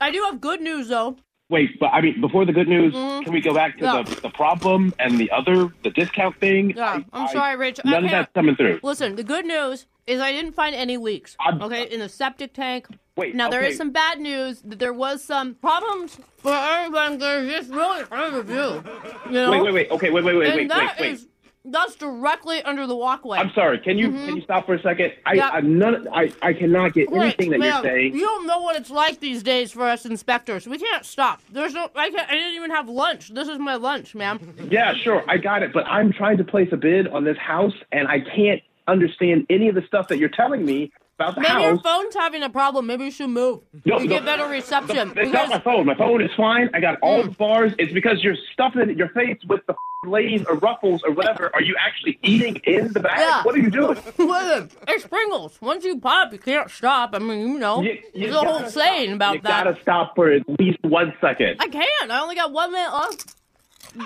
[SPEAKER 10] I do have good news though.
[SPEAKER 13] wait, but I mean, before the good news,
[SPEAKER 10] Mm-hmm.
[SPEAKER 13] can we go back to
[SPEAKER 10] Yeah.
[SPEAKER 13] the, the problem and the other, the discount thing?
[SPEAKER 10] Yeah.
[SPEAKER 13] I,
[SPEAKER 10] I'm sorry, Rich. I
[SPEAKER 13] None of
[SPEAKER 10] can't-
[SPEAKER 13] that's coming through.
[SPEAKER 10] Listen, the good news is I didn't find any leaks.
[SPEAKER 13] I'm-
[SPEAKER 10] okay, in the septic tank.
[SPEAKER 13] Wait,
[SPEAKER 10] Now there
[SPEAKER 13] okay.
[SPEAKER 10] is some bad news that there was some problems for everyone. There's just really hard of you. You know?
[SPEAKER 13] Wait, wait, wait. Okay, wait, wait, wait,
[SPEAKER 10] and
[SPEAKER 13] wait, wait,
[SPEAKER 10] that
[SPEAKER 13] wait.
[SPEAKER 10] is- that's directly under the walkway.
[SPEAKER 13] I'm sorry. Can you can you stop for a second? I
[SPEAKER 10] Mm-hmm. Yeah.
[SPEAKER 13] I'm none. I I cannot get
[SPEAKER 10] Rich,
[SPEAKER 13] anything that
[SPEAKER 10] man,
[SPEAKER 13] you're saying.
[SPEAKER 10] You don't know what it's like these days for us inspectors. We can't stop. There's no. I can't. I didn't even have lunch. This is my lunch, ma'am.
[SPEAKER 13] Yeah, sure, I got it. But I'm trying to place a bid on this house, and I can't understand any of the stuff that you're telling me about the
[SPEAKER 10] Maybe your
[SPEAKER 13] house.
[SPEAKER 10] phone's having a problem. Maybe you should move.
[SPEAKER 13] No,
[SPEAKER 10] you
[SPEAKER 13] no.
[SPEAKER 10] get better reception.
[SPEAKER 13] It's not
[SPEAKER 10] because-
[SPEAKER 13] my phone. My phone is fine. I got
[SPEAKER 10] Mm.
[SPEAKER 13] all the bars. It's because you're stuffing your face with the Lay's or Ruffles or whatever. Are you actually eating in the bag?
[SPEAKER 10] Yeah.
[SPEAKER 13] What are you doing?
[SPEAKER 10] Listen, it's Pringles. Once you pop, you can't stop. I mean, you know,
[SPEAKER 13] You- you
[SPEAKER 10] there's a whole
[SPEAKER 13] gotta
[SPEAKER 10] saying about
[SPEAKER 13] you
[SPEAKER 10] that.
[SPEAKER 13] gotta stop for at least one second.
[SPEAKER 10] I can't. I only got one minute left.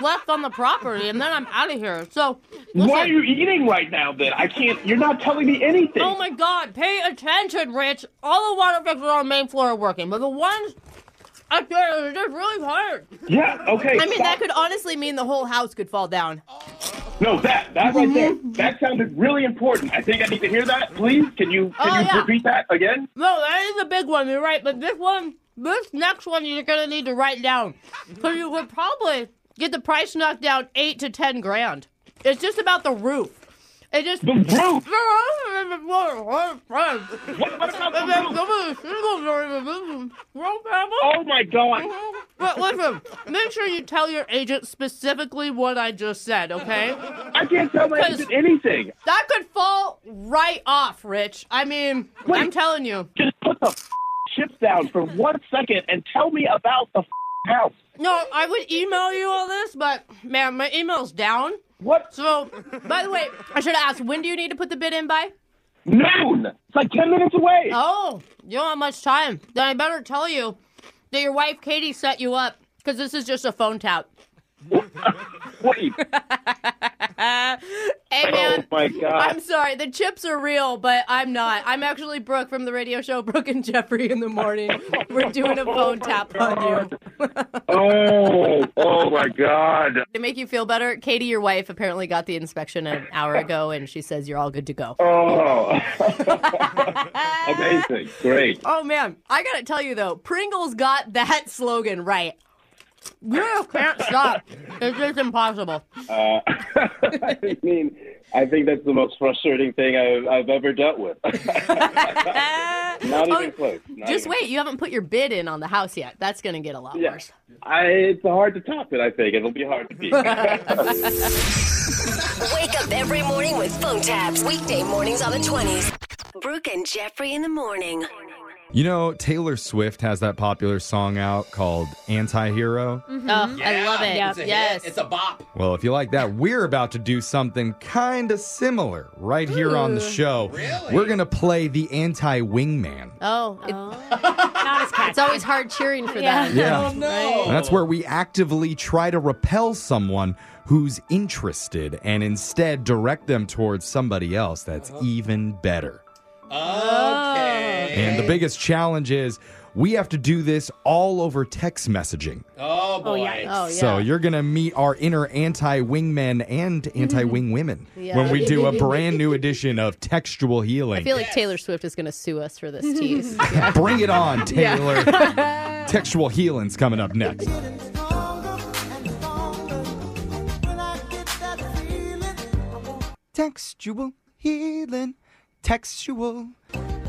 [SPEAKER 10] left on the property, and then I'm out of here. So
[SPEAKER 13] What are
[SPEAKER 10] listen-
[SPEAKER 13] you eating right now? Then I can't. You're not telling me anything.
[SPEAKER 10] Oh my God! Pay attention, Rich. All the water fixes on the main floor are working, but the ones up there are just really hard.
[SPEAKER 13] Yeah. Okay.
[SPEAKER 10] I mean,
[SPEAKER 13] stop.
[SPEAKER 10] that could honestly mean the whole house could fall down.
[SPEAKER 13] No, that that right there.
[SPEAKER 10] Mm-hmm.
[SPEAKER 13] That sounded really important. I think I need to hear that. Please, can you can
[SPEAKER 10] Oh,
[SPEAKER 13] you
[SPEAKER 10] yeah.
[SPEAKER 13] repeat that again?
[SPEAKER 10] No, that is a big one. You're right, but this one, this next one, you're gonna need to write down because you would probably get the price knocked down eight to ten grand. It's just about the roof. It just
[SPEAKER 13] the roof.
[SPEAKER 10] <laughs> Oh
[SPEAKER 13] my god!
[SPEAKER 10] But listen, make sure you tell your agent specifically what I just said, okay?
[SPEAKER 13] I can't tell my agent anything.
[SPEAKER 10] That could fall right off, Rich. I mean, I'm telling you.
[SPEAKER 13] Chips down for one second and tell me about the f***ing house.
[SPEAKER 10] No, I would email you all this, but man, my email's down.
[SPEAKER 13] What?
[SPEAKER 10] So, by the way, I should have asked, when do you need to put the bid in by?
[SPEAKER 13] Noon. It's like ten minutes away.
[SPEAKER 10] Oh, you don't have much time. Then I better tell you that your wife Katie set you up because this is just a
[SPEAKER 13] <laughs>
[SPEAKER 10] phone tap.
[SPEAKER 13] Wait.
[SPEAKER 10] <laughs> Hey, man.
[SPEAKER 13] Oh my god.
[SPEAKER 10] I'm sorry, the chips are real, but I'm not. I'm actually Brooke from the radio show Brooke and Jeffrey in the morning. We're doing a phone
[SPEAKER 13] <laughs>
[SPEAKER 10] tap on you.
[SPEAKER 13] oh, oh my god.
[SPEAKER 10] To make you feel better, Katie, your wife, apparently got the inspection an hour ago, and she says you're all good to go.
[SPEAKER 13] Oh. <laughs> Amazing. Great.
[SPEAKER 10] Oh man, I gotta tell you though, Pringles got that <laughs> slogan right. You
[SPEAKER 3] <laughs>
[SPEAKER 10] can't stop. It's just impossible.
[SPEAKER 13] Uh, <laughs> I mean, I think that's the most frustrating thing I've, I've ever dealt with. <laughs> Not even close. Not
[SPEAKER 10] Oh, Just
[SPEAKER 13] even-
[SPEAKER 10] wait, you haven't put your bid in on the house yet. That's gonna get
[SPEAKER 3] <laughs>
[SPEAKER 10] a lot
[SPEAKER 13] Yeah.
[SPEAKER 10] worse.
[SPEAKER 13] I, it's hard to top it, I think. It'll be hard to beat.
[SPEAKER 7] Wake up every morning with phone taps. Weekday mornings on the 20s. Brooke and Jeffrey in the morning.
[SPEAKER 3] You know, Taylor Swift has that popular song out called Anti Hero.
[SPEAKER 10] Oh, I love it.
[SPEAKER 5] Yeah, it's a hit.
[SPEAKER 10] Yes.
[SPEAKER 5] It's a bop.
[SPEAKER 3] Well, if you like that, we're about to do something kind of similar right here on the
[SPEAKER 10] Ooh.
[SPEAKER 3] show. We're going to play the Anti Wingman.
[SPEAKER 10] Oh, it- it's always hard cheering for
[SPEAKER 5] Yeah.
[SPEAKER 10] that.
[SPEAKER 3] Yeah. Oh,
[SPEAKER 10] no.
[SPEAKER 3] And that's where we actively try to repel someone who's interested and instead direct them towards somebody else that's even better.
[SPEAKER 10] Oh.
[SPEAKER 5] Okay.
[SPEAKER 3] And the biggest challenge is we have to do this all over text messaging.
[SPEAKER 5] Oh boy.
[SPEAKER 3] So you're gonna meet our inner anti-wingmen and
[SPEAKER 10] <laughs>
[SPEAKER 3] anti-wing women
[SPEAKER 10] Yeah.
[SPEAKER 3] when we
[SPEAKER 10] <laughs>
[SPEAKER 3] do a brand new edition of Textual Healing.
[SPEAKER 10] I feel like Taylor Swift is gonna sue us for this
[SPEAKER 3] <laughs>
[SPEAKER 10] tease.
[SPEAKER 3] Bring it on,
[SPEAKER 10] Yeah. <laughs>
[SPEAKER 3] Taylor. Textual Healing's coming up next. Textual healing, textual.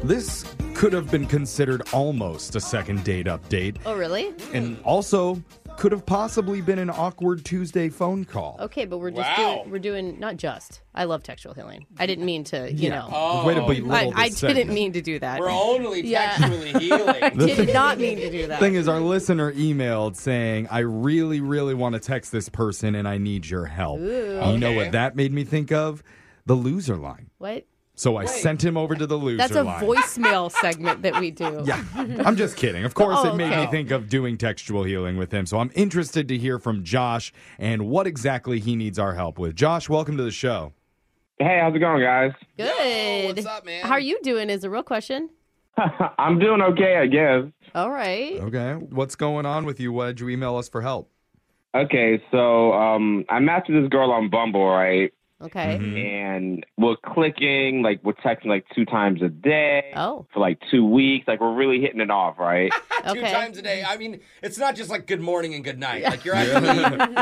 [SPEAKER 3] This could have been considered almost a second date update,
[SPEAKER 10] oh really?
[SPEAKER 3] and also could have possibly been an awkward Tuesday phone call.
[SPEAKER 10] Okay, but we're just
[SPEAKER 3] Wow.
[SPEAKER 10] doing, we're doing not just. I love textual healing. I didn't mean to, you
[SPEAKER 3] Yeah.
[SPEAKER 10] know.
[SPEAKER 3] Oh. Way to belittle
[SPEAKER 10] I, I
[SPEAKER 3] this
[SPEAKER 10] didn't
[SPEAKER 3] segment.
[SPEAKER 10] mean to do that.
[SPEAKER 5] We're only
[SPEAKER 10] textually healing. I
[SPEAKER 3] The
[SPEAKER 10] <laughs> did
[SPEAKER 3] thing-
[SPEAKER 10] not mean to do that.
[SPEAKER 3] Thing is, our listener emailed saying, "I really, really want to text this person, and I need your help."
[SPEAKER 10] Ooh.
[SPEAKER 3] You know
[SPEAKER 10] Okay.
[SPEAKER 3] what that made me think of? The loser line.
[SPEAKER 10] what?
[SPEAKER 3] So I sent him over to the loser
[SPEAKER 10] That's a
[SPEAKER 3] line.
[SPEAKER 10] voicemail segment that we do.
[SPEAKER 3] <laughs> Yeah, I'm just kidding. Of course,
[SPEAKER 10] <laughs> Oh,
[SPEAKER 3] it made
[SPEAKER 10] okay.
[SPEAKER 3] me think of doing textual healing with him. So I'm interested to hear from Josh and what exactly he needs our help with. Josh, welcome to the show.
[SPEAKER 14] Hey, how's it going, guys? <laughs>
[SPEAKER 10] Good. what's up, man? How are you doing? Is a real question.
[SPEAKER 14] I'm doing okay, I guess.
[SPEAKER 10] All right.
[SPEAKER 3] Okay, what's going on with you? Why did you email us for help?
[SPEAKER 14] Okay, so um, I matched with this girl on Bumble, right?
[SPEAKER 3] Oh.
[SPEAKER 10] Okay.
[SPEAKER 5] Mm-hmm.
[SPEAKER 14] And we're clicking, like we're texting like two times a day
[SPEAKER 10] oh.
[SPEAKER 14] for like two weeks. Like we're really hitting it off,
[SPEAKER 10] <laughs>
[SPEAKER 14] right?
[SPEAKER 5] Two times a day. I mean, it's not just like good morning and good night. Like
[SPEAKER 3] <laughs>
[SPEAKER 5] you're actually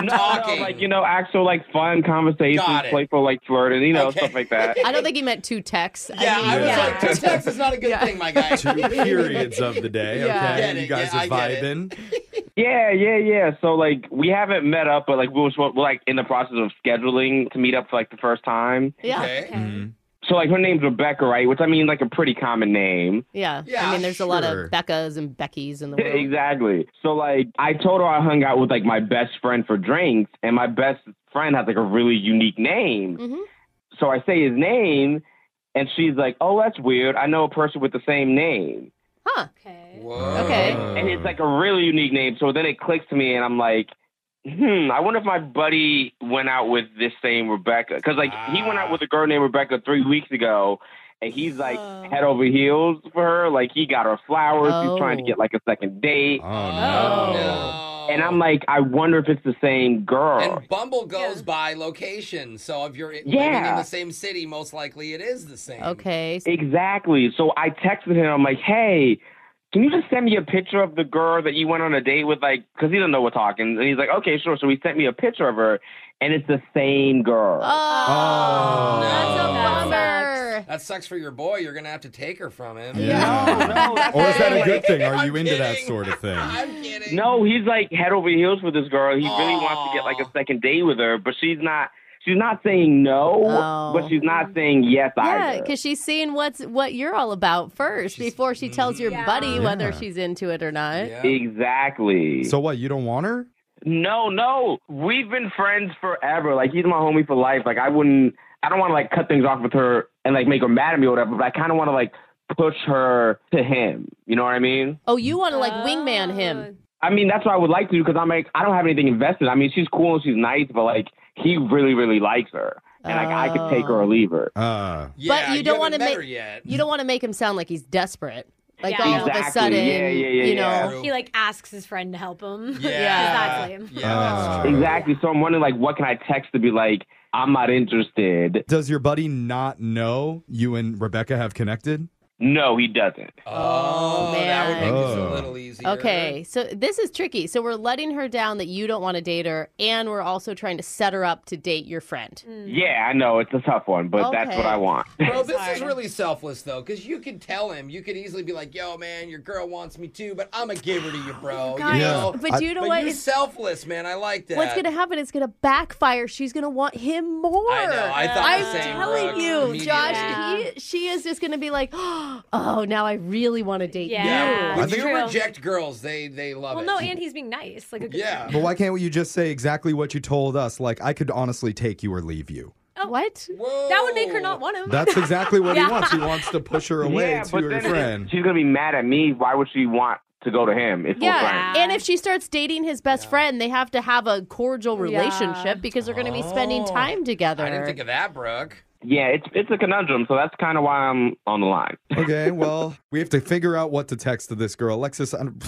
[SPEAKER 14] talking. like you know, actual like fun conversations,
[SPEAKER 5] Got it.
[SPEAKER 14] playful like flirting, you know, stuff
[SPEAKER 5] <laughs>
[SPEAKER 14] like that.
[SPEAKER 10] I don't think he meant two texts.
[SPEAKER 5] Yeah,
[SPEAKER 10] mean,
[SPEAKER 5] I was
[SPEAKER 10] yeah.
[SPEAKER 5] like, two texts is not a good thing, my
[SPEAKER 3] <laughs>
[SPEAKER 5] guy.
[SPEAKER 3] Two periods of the day.
[SPEAKER 5] Yeah.
[SPEAKER 3] Okay,
[SPEAKER 5] Get it,
[SPEAKER 3] you guys
[SPEAKER 5] yeah, I
[SPEAKER 3] are
[SPEAKER 5] get it.
[SPEAKER 3] vibing.
[SPEAKER 5] <laughs>
[SPEAKER 14] Yeah, yeah, yeah. So like we haven't met up, but like we were, we're like in the process of scheduling to meet up for like the first time.
[SPEAKER 10] <laughs> Yeah.
[SPEAKER 14] So like her name's Rebecca, right? Which I mean, like a pretty common name. <laughs>
[SPEAKER 10] Yeah. I mean, there's a lot
[SPEAKER 14] sure.
[SPEAKER 10] of Beccas and Beckys in the
[SPEAKER 2] Mm-hmm.
[SPEAKER 14] <laughs>
[SPEAKER 10] world.
[SPEAKER 14] exactly. So like I told her I hung out with like my best friend for drinks, and my best friend has like a really unique name. So I say his name, and she's like, "Oh, that's weird. I know a person with the same name."
[SPEAKER 10] Huh.
[SPEAKER 14] Okay. And it's like a really unique name. So then it clicks to me, and I'm like, hmm, I wonder if my buddy went out with this same Rebecca. Because, like, he went out with a girl named Rebecca three weeks ago, and he's, like, head over heels for her. Like, he got her flowers. He's trying to get, like, a second date. Oh, no. And I'm like, I wonder if it's the same girl.
[SPEAKER 5] And Bumble goes by location, so if you're i- living in
[SPEAKER 14] Yeah.
[SPEAKER 5] the same city, most likely it is the
[SPEAKER 14] Oh.
[SPEAKER 5] same.
[SPEAKER 2] Okay.
[SPEAKER 14] Exactly. So I texted him. I'm like, hey, can you just send me a picture of the girl that you went on a date with? Like, because he doesn't know we're talking. And he's like, okay, sure. So he sent me a picture of her, and it's the same girl.
[SPEAKER 5] Oh,
[SPEAKER 2] bummer.
[SPEAKER 5] That sucks for your boy. You're gonna have to take her from him.
[SPEAKER 3] Or is that a good thing? Are you into that sort of thing?
[SPEAKER 14] No, he's like head over heels for this girl. He really wants to get like a second date with her, but she's not. She's not saying no, but she's not saying yes
[SPEAKER 2] Oh. Yeah,
[SPEAKER 14] either.
[SPEAKER 2] because she's seeing what's what you're all about first before she tells your buddy whether
[SPEAKER 14] Yeah.
[SPEAKER 2] she's into it or not.
[SPEAKER 14] Exactly.
[SPEAKER 3] So what? You don't want her?
[SPEAKER 14] No, no. We've been friends forever. Like he's my homie for life. Like I wouldn't. I don't want to like cut things off with her and like make her mad at me or whatever. But I kind of want to like push her to him. You know what I mean?
[SPEAKER 2] Oh, you want to like wingman him?
[SPEAKER 14] I mean that's what I would like to do because I'm like I don't have anything invested. I mean she's cool and she's nice, but like he really really likes her and like I could take her or leave her.
[SPEAKER 3] Uh,
[SPEAKER 2] but you, don't want to make
[SPEAKER 5] yet.
[SPEAKER 2] you don't want to make him sound like he's desperate. Like
[SPEAKER 4] Yeah.
[SPEAKER 2] all of a
[SPEAKER 14] Exactly.
[SPEAKER 2] sudden,
[SPEAKER 14] Yeah, yeah, yeah,
[SPEAKER 2] you
[SPEAKER 14] yeah.
[SPEAKER 2] know.
[SPEAKER 4] He like asks his friend to help him. <laughs>
[SPEAKER 14] Yeah.
[SPEAKER 4] exactly.
[SPEAKER 3] Uh.
[SPEAKER 14] Exactly. So I'm wondering like what can I text to be like I'm not interested.
[SPEAKER 3] Does your buddy not know you and Rebecca have connected?
[SPEAKER 14] No, he doesn't.
[SPEAKER 5] Oh, that would make this
[SPEAKER 3] Oh.
[SPEAKER 5] a little easier.
[SPEAKER 2] Okay, so this is tricky. So we're letting her down that you don't want to date her, and we're also trying to set her up to date your friend.
[SPEAKER 14] Yeah, I know it's a tough one, but that's what
[SPEAKER 2] Okay.
[SPEAKER 3] <laughs>
[SPEAKER 14] I want.
[SPEAKER 5] Bro, this is really selfless though, because you could tell him, you could easily be like, "Yo, man, your girl wants me too, but I'm gonna give her to you, bro." You
[SPEAKER 2] guys,
[SPEAKER 5] know?
[SPEAKER 2] but Yeah. you know what?
[SPEAKER 5] You're
[SPEAKER 2] It's-
[SPEAKER 5] selfless, man. I like that.
[SPEAKER 2] What's going to happen is going to backfire. She's going to want him more.
[SPEAKER 5] I know. I thought
[SPEAKER 2] I'm
[SPEAKER 5] the same,
[SPEAKER 2] telling
[SPEAKER 5] Brooke,
[SPEAKER 2] you,
[SPEAKER 5] immediately.
[SPEAKER 2] Josh. He, she is just going to be like, <gasps> oh, now I really want to date you.
[SPEAKER 5] When you reject girls, they they love
[SPEAKER 4] Well,
[SPEAKER 5] it.
[SPEAKER 4] no, and he's being nice. Like a good yeah.
[SPEAKER 3] But why can't you just say exactly what you told us? Like, I could honestly take you or leave you.
[SPEAKER 2] What?
[SPEAKER 4] Oh, That would make her not want him.
[SPEAKER 3] That's exactly what
[SPEAKER 4] Yeah.
[SPEAKER 3] he wants. He wants to push her away
[SPEAKER 14] yeah,
[SPEAKER 3] to
[SPEAKER 14] but
[SPEAKER 3] her
[SPEAKER 14] then
[SPEAKER 3] friend.
[SPEAKER 14] she's gonna be mad at me. Why would she want to go to him? If we're
[SPEAKER 2] Yeah.
[SPEAKER 14] friends?
[SPEAKER 2] And if she starts dating his best friend, they have to have a cordial relationship because they're going to be spending time together.
[SPEAKER 5] Oh. I didn't think of that, Brooke.
[SPEAKER 14] Yeah, it's it's a conundrum. So that's kind of why I'm on the line.
[SPEAKER 3] Okay, well, we have to figure out what to text to this girl. Alexis, i <laughs>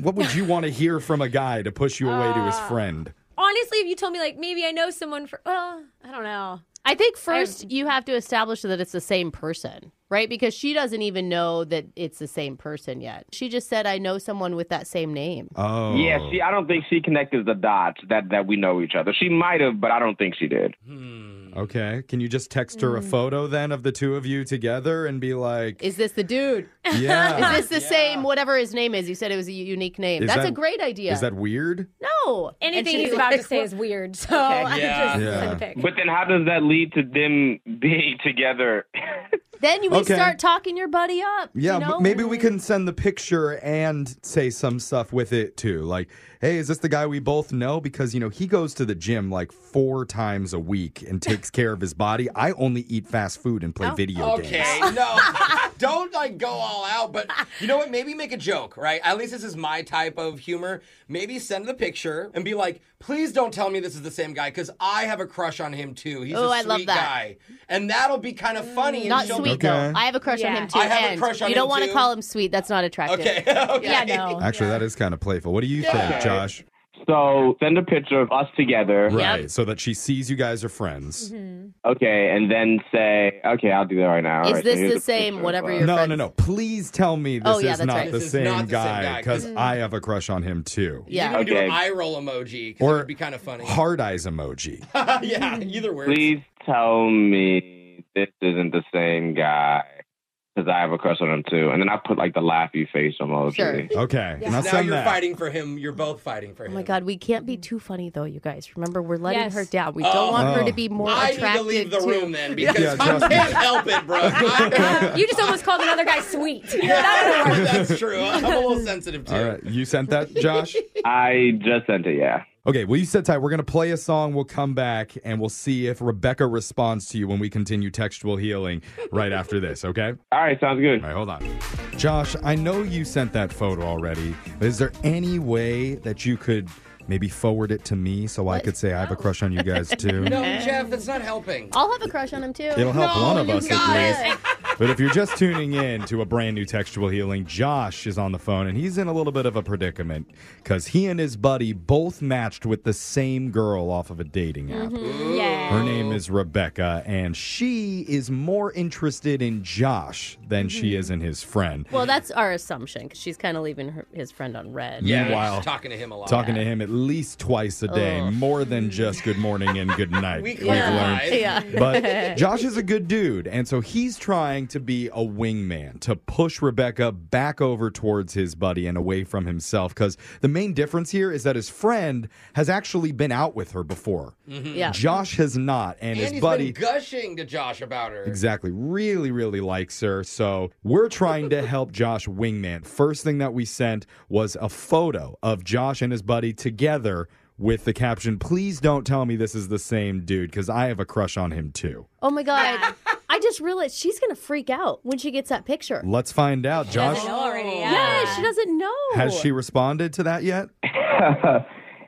[SPEAKER 3] what would you want to hear from a guy to push you away to his
[SPEAKER 2] Ah.
[SPEAKER 3] friend?
[SPEAKER 4] Honestly, if you told me like maybe I know someone for well, I don't
[SPEAKER 5] <laughs>
[SPEAKER 4] know.
[SPEAKER 2] I think first you have to establish that it's the same person, right? Because she doesn't even know that it's the same person yet. She just said, I know someone with that same name.
[SPEAKER 3] Oh.
[SPEAKER 14] Yeah, she. I don't think she connected the dots that that we know each other. She might have, but I don't think she did.
[SPEAKER 3] Okay, can you just text her a photo then of the two of you together and be like,
[SPEAKER 2] Mm. Is this the dude? <laughs>
[SPEAKER 3] Yeah.
[SPEAKER 2] is this the same, whatever his name is? You said it was a u- unique name.
[SPEAKER 3] Is
[SPEAKER 2] That's
[SPEAKER 3] that-
[SPEAKER 2] a great idea.
[SPEAKER 3] is that weird?
[SPEAKER 2] no.
[SPEAKER 4] Anything he's about
[SPEAKER 2] <laughs>
[SPEAKER 4] to say is weird. So I just send a pic.
[SPEAKER 14] But then, how does that lead to them <laughs> being together?
[SPEAKER 2] Then you would
[SPEAKER 3] Okay.
[SPEAKER 2] start talking your buddy up.
[SPEAKER 3] Yeah,
[SPEAKER 2] you know?
[SPEAKER 3] but maybe we can send the picture and say some stuff with it too. Like, hey, is this the guy we both know? Because, you know, he goes to the gym like four times a week
[SPEAKER 2] <laughs>
[SPEAKER 3] and takes care of his body. I only eat fast food and
[SPEAKER 2] Oh,
[SPEAKER 3] play video games.
[SPEAKER 5] Okay, no. <laughs> Don't like go all out, but you know what? Maybe make a joke, right? At least this is my type of humor. Maybe send the picture and be like, please don't tell me this is the same guy because I have a crush on him too. He's
[SPEAKER 2] Ooh,
[SPEAKER 5] a
[SPEAKER 2] I
[SPEAKER 5] sweet
[SPEAKER 2] love that. Mm,
[SPEAKER 5] guy. And that'll be kind of funny. and
[SPEAKER 2] Not
[SPEAKER 5] she'll-
[SPEAKER 2] sweet though. I have a crush on
[SPEAKER 5] Yeah.
[SPEAKER 2] him too.
[SPEAKER 5] I have a
[SPEAKER 2] and
[SPEAKER 5] crush on
[SPEAKER 2] You don't
[SPEAKER 5] him,
[SPEAKER 2] want to
[SPEAKER 5] too.
[SPEAKER 2] call him sweet. That's not attractive.
[SPEAKER 3] <laughs>
[SPEAKER 5] Okay.
[SPEAKER 2] Yeah, no.
[SPEAKER 3] Actually, that is kind of playful. What do you
[SPEAKER 2] Yeah.
[SPEAKER 3] think, Josh?
[SPEAKER 14] So send a picture of us together,
[SPEAKER 3] Right, so that she sees you guys are friends.
[SPEAKER 14] Okay, and then say, okay, I'll do that right now.
[SPEAKER 2] Mm-hmm. Is
[SPEAKER 14] All right, so
[SPEAKER 2] this
[SPEAKER 14] here's
[SPEAKER 2] the same, whatever your
[SPEAKER 3] no,
[SPEAKER 2] friends-
[SPEAKER 3] no, no. Please tell me this
[SPEAKER 2] Oh, yeah,
[SPEAKER 3] is
[SPEAKER 2] that's
[SPEAKER 3] not
[SPEAKER 2] right.
[SPEAKER 3] the
[SPEAKER 2] This is
[SPEAKER 3] same
[SPEAKER 5] not the same
[SPEAKER 3] guy
[SPEAKER 5] guy,
[SPEAKER 3] because
[SPEAKER 5] 'cause-
[SPEAKER 2] Mm-hmm.
[SPEAKER 3] I have a crush on him too.
[SPEAKER 5] You can do an eye roll emoji because it
[SPEAKER 3] Or-
[SPEAKER 5] would be kind of funny.
[SPEAKER 3] Hard eyes emoji.
[SPEAKER 5] <laughs> yeah, either works.
[SPEAKER 14] Please tell me this isn't the same guy because I have a crush on him too. And then I put like the laughy face emoji.
[SPEAKER 3] Okay.
[SPEAKER 5] now you're fighting for him. You're both fighting for
[SPEAKER 2] Oh
[SPEAKER 5] him.
[SPEAKER 2] my God, we can't be too funny though, you guys. Remember, we're letting
[SPEAKER 5] Yes.
[SPEAKER 2] her down. We don't
[SPEAKER 5] Oh.
[SPEAKER 2] want her
[SPEAKER 5] Oh.
[SPEAKER 2] to be more
[SPEAKER 5] I need to
[SPEAKER 2] attracted
[SPEAKER 5] leave the room then because
[SPEAKER 3] Yeah,
[SPEAKER 5] I
[SPEAKER 3] trust me.
[SPEAKER 5] can't help
[SPEAKER 2] <laughs>
[SPEAKER 5] it, bro.
[SPEAKER 4] Um, You just almost called another guy sweet.
[SPEAKER 5] <laughs> <laughs> That's true. I'm a little sensitive too.
[SPEAKER 3] All right. You sent that, Josh?
[SPEAKER 14] <laughs> I just sent it, yeah. <laughs>
[SPEAKER 3] Okay, well, you sit tight. We're going to play a song. We'll come back and we'll see if Rebecca responds to you when we continue textual healing right after this, okay?
[SPEAKER 14] <laughs> All right, sounds good.
[SPEAKER 3] All right, hold on. Josh, I know you sent that photo already, but is there any way that you could Maybe forward it to me so I could say I have a crush on you
[SPEAKER 5] <laughs>
[SPEAKER 3] guys too.
[SPEAKER 5] No, Jeff, it's not helping.
[SPEAKER 15] I'll have a crush on him too.
[SPEAKER 3] It'll help
[SPEAKER 15] No,
[SPEAKER 3] one of
[SPEAKER 15] you
[SPEAKER 3] us
[SPEAKER 15] guys.
[SPEAKER 3] at least. But if you're just tuning in to a brand new textual healing, Josh is on the phone and he's in a little bit of a predicament because he and his buddy both matched with the same girl off of a dating app.
[SPEAKER 7] Yeah.
[SPEAKER 3] Her name is Rebecca, and she is more interested in Josh than she is in his friend.
[SPEAKER 2] Well, that's our assumption because she's kind of leaving her, his friend on red.
[SPEAKER 3] Meanwhile, Talking to him at least twice a day,
[SPEAKER 2] Ugh.
[SPEAKER 3] more than just good morning and good night.
[SPEAKER 2] We
[SPEAKER 3] we've
[SPEAKER 2] clarified.
[SPEAKER 3] learned.
[SPEAKER 2] Yeah.
[SPEAKER 3] But Josh is a good dude, and so he's trying to be a wingman to push Rebecca back over towards his buddy and away from himself. Because the main difference here is that his friend has actually been out with her before.
[SPEAKER 5] Mhm. Yeah.
[SPEAKER 3] Josh has not, and,
[SPEAKER 5] And,
[SPEAKER 3] his
[SPEAKER 5] he's
[SPEAKER 3] buddy
[SPEAKER 5] been gushing to Josh about her.
[SPEAKER 3] Exactly. Really, really likes her. So we're trying to help Josh wingman. First thing that we sent was a photo of Josh and his buddy together with the caption, please don't tell me this is the same dude because I have a crush on him too.
[SPEAKER 15] Oh my god! I just realized she's gonna freak out when she gets that picture.
[SPEAKER 3] Let's find out. Josh,
[SPEAKER 15] yeah. she doesn't know.
[SPEAKER 3] has she responded to that yet?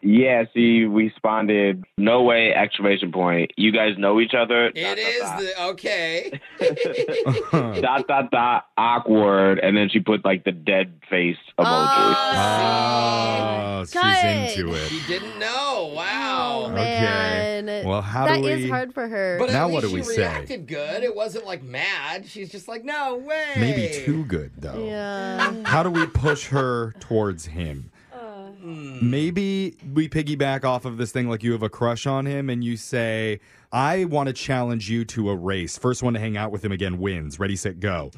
[SPEAKER 14] yeah, she responded, no way, exclamation point. You guys know each other.
[SPEAKER 5] It is
[SPEAKER 3] <laughs>
[SPEAKER 5] the okay.
[SPEAKER 14] <laughs> dot, dot, dot, awkward. And then she put like the dead face emoji.
[SPEAKER 3] Oh, she's into it.
[SPEAKER 5] She didn't know. Wow.
[SPEAKER 15] Oh man!
[SPEAKER 3] Well, how
[SPEAKER 15] That
[SPEAKER 3] do
[SPEAKER 15] is
[SPEAKER 3] we-
[SPEAKER 15] hard for her.
[SPEAKER 3] But Now
[SPEAKER 5] At
[SPEAKER 3] what
[SPEAKER 5] least
[SPEAKER 3] do we
[SPEAKER 5] she
[SPEAKER 3] say?
[SPEAKER 5] reacted good. It wasn't like mad. She's just like, no way.
[SPEAKER 3] Maybe too good, though. How do we push her towards him? Maybe we piggyback off of this thing like you have a crush on him and you say, I want to challenge you to a race. First one to hang out with him again wins. Ready, set, go.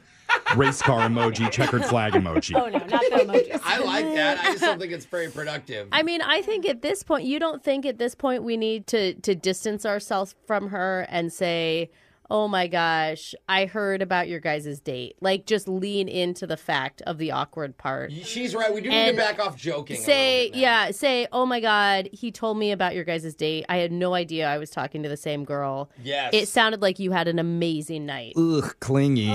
[SPEAKER 3] Race car emoji, checkered flag emoji.
[SPEAKER 2] Oh,
[SPEAKER 5] Oh,
[SPEAKER 2] no, not the emojis.
[SPEAKER 5] I like that. I just don't think it's very productive.
[SPEAKER 2] I mean, I think at this point, you don't think at this point we need to to distance ourselves from her and say, "Oh my gosh, I heard about your guys' date." Like, just lean into the fact of the awkward part.
[SPEAKER 5] She's right. We do need
[SPEAKER 2] And
[SPEAKER 5] to back off joking. a
[SPEAKER 2] Say, yeah, say, "Oh my god, he told me about your guys' date. I had no idea I was talking to the same girl."
[SPEAKER 5] Yes.
[SPEAKER 2] it sounded like you had an amazing night.
[SPEAKER 3] Ugh, clingy.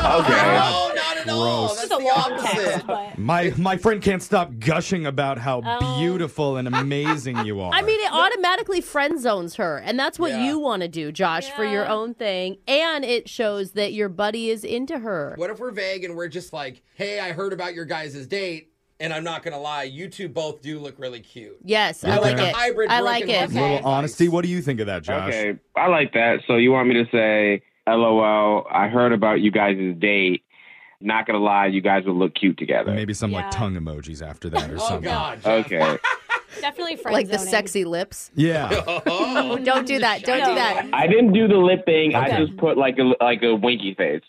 [SPEAKER 2] Oh,
[SPEAKER 5] not at
[SPEAKER 3] all. Gross.
[SPEAKER 5] That's the opposite.
[SPEAKER 3] My my friend can't stop gushing about how
[SPEAKER 2] Oh.
[SPEAKER 3] beautiful and amazing you are.
[SPEAKER 2] I mean, it automatically friend zones her, and that's what you want to do, Josh, for your own thing. And it shows that your buddy is into her.
[SPEAKER 5] What if we're vague and we're just like, hey, I heard about your guys' date, and I'm not gonna lie, you two both do look really cute.
[SPEAKER 2] Yes,
[SPEAKER 5] I like
[SPEAKER 3] Okay.
[SPEAKER 5] a hybrid.
[SPEAKER 2] I
[SPEAKER 5] Brooke
[SPEAKER 2] like
[SPEAKER 5] and
[SPEAKER 2] it.
[SPEAKER 5] Leslie.
[SPEAKER 3] Little honesty. What do you think of that, Josh?
[SPEAKER 14] Okay, I like that. So you want me to say, LOL, I heard about you guys' date. Not gonna lie, you guys would look cute together.
[SPEAKER 3] Maybe some like tongue emojis after that or something.
[SPEAKER 14] Okay.
[SPEAKER 7] Definitely friend
[SPEAKER 2] Like the sexy lips.
[SPEAKER 5] <laughs>
[SPEAKER 3] Yeah.
[SPEAKER 2] Oh, don't do that. Don't do that.
[SPEAKER 14] I didn't do the lip thing.
[SPEAKER 2] Okay.
[SPEAKER 14] I just put like a like a winky face.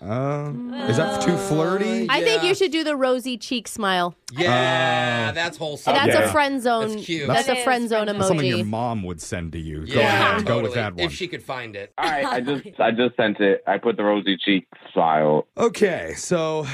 [SPEAKER 3] Um,
[SPEAKER 2] Mm.
[SPEAKER 3] is that too flirty?
[SPEAKER 2] I think you should do the rosy cheek smile.
[SPEAKER 14] Ah,
[SPEAKER 5] Yeah, that's wholesome.
[SPEAKER 2] That's
[SPEAKER 3] Okay.
[SPEAKER 2] a friend zone.
[SPEAKER 5] That's cute.
[SPEAKER 2] That's, a friend zone
[SPEAKER 3] That's something your
[SPEAKER 2] emoji.
[SPEAKER 3] mom would send to you. go
[SPEAKER 5] Yeah,
[SPEAKER 3] ahead and go
[SPEAKER 5] totally,
[SPEAKER 3] with that one.
[SPEAKER 5] If she could find it.
[SPEAKER 14] All right, I just I just sent it. I put the rosy cheek style.
[SPEAKER 3] Okay, so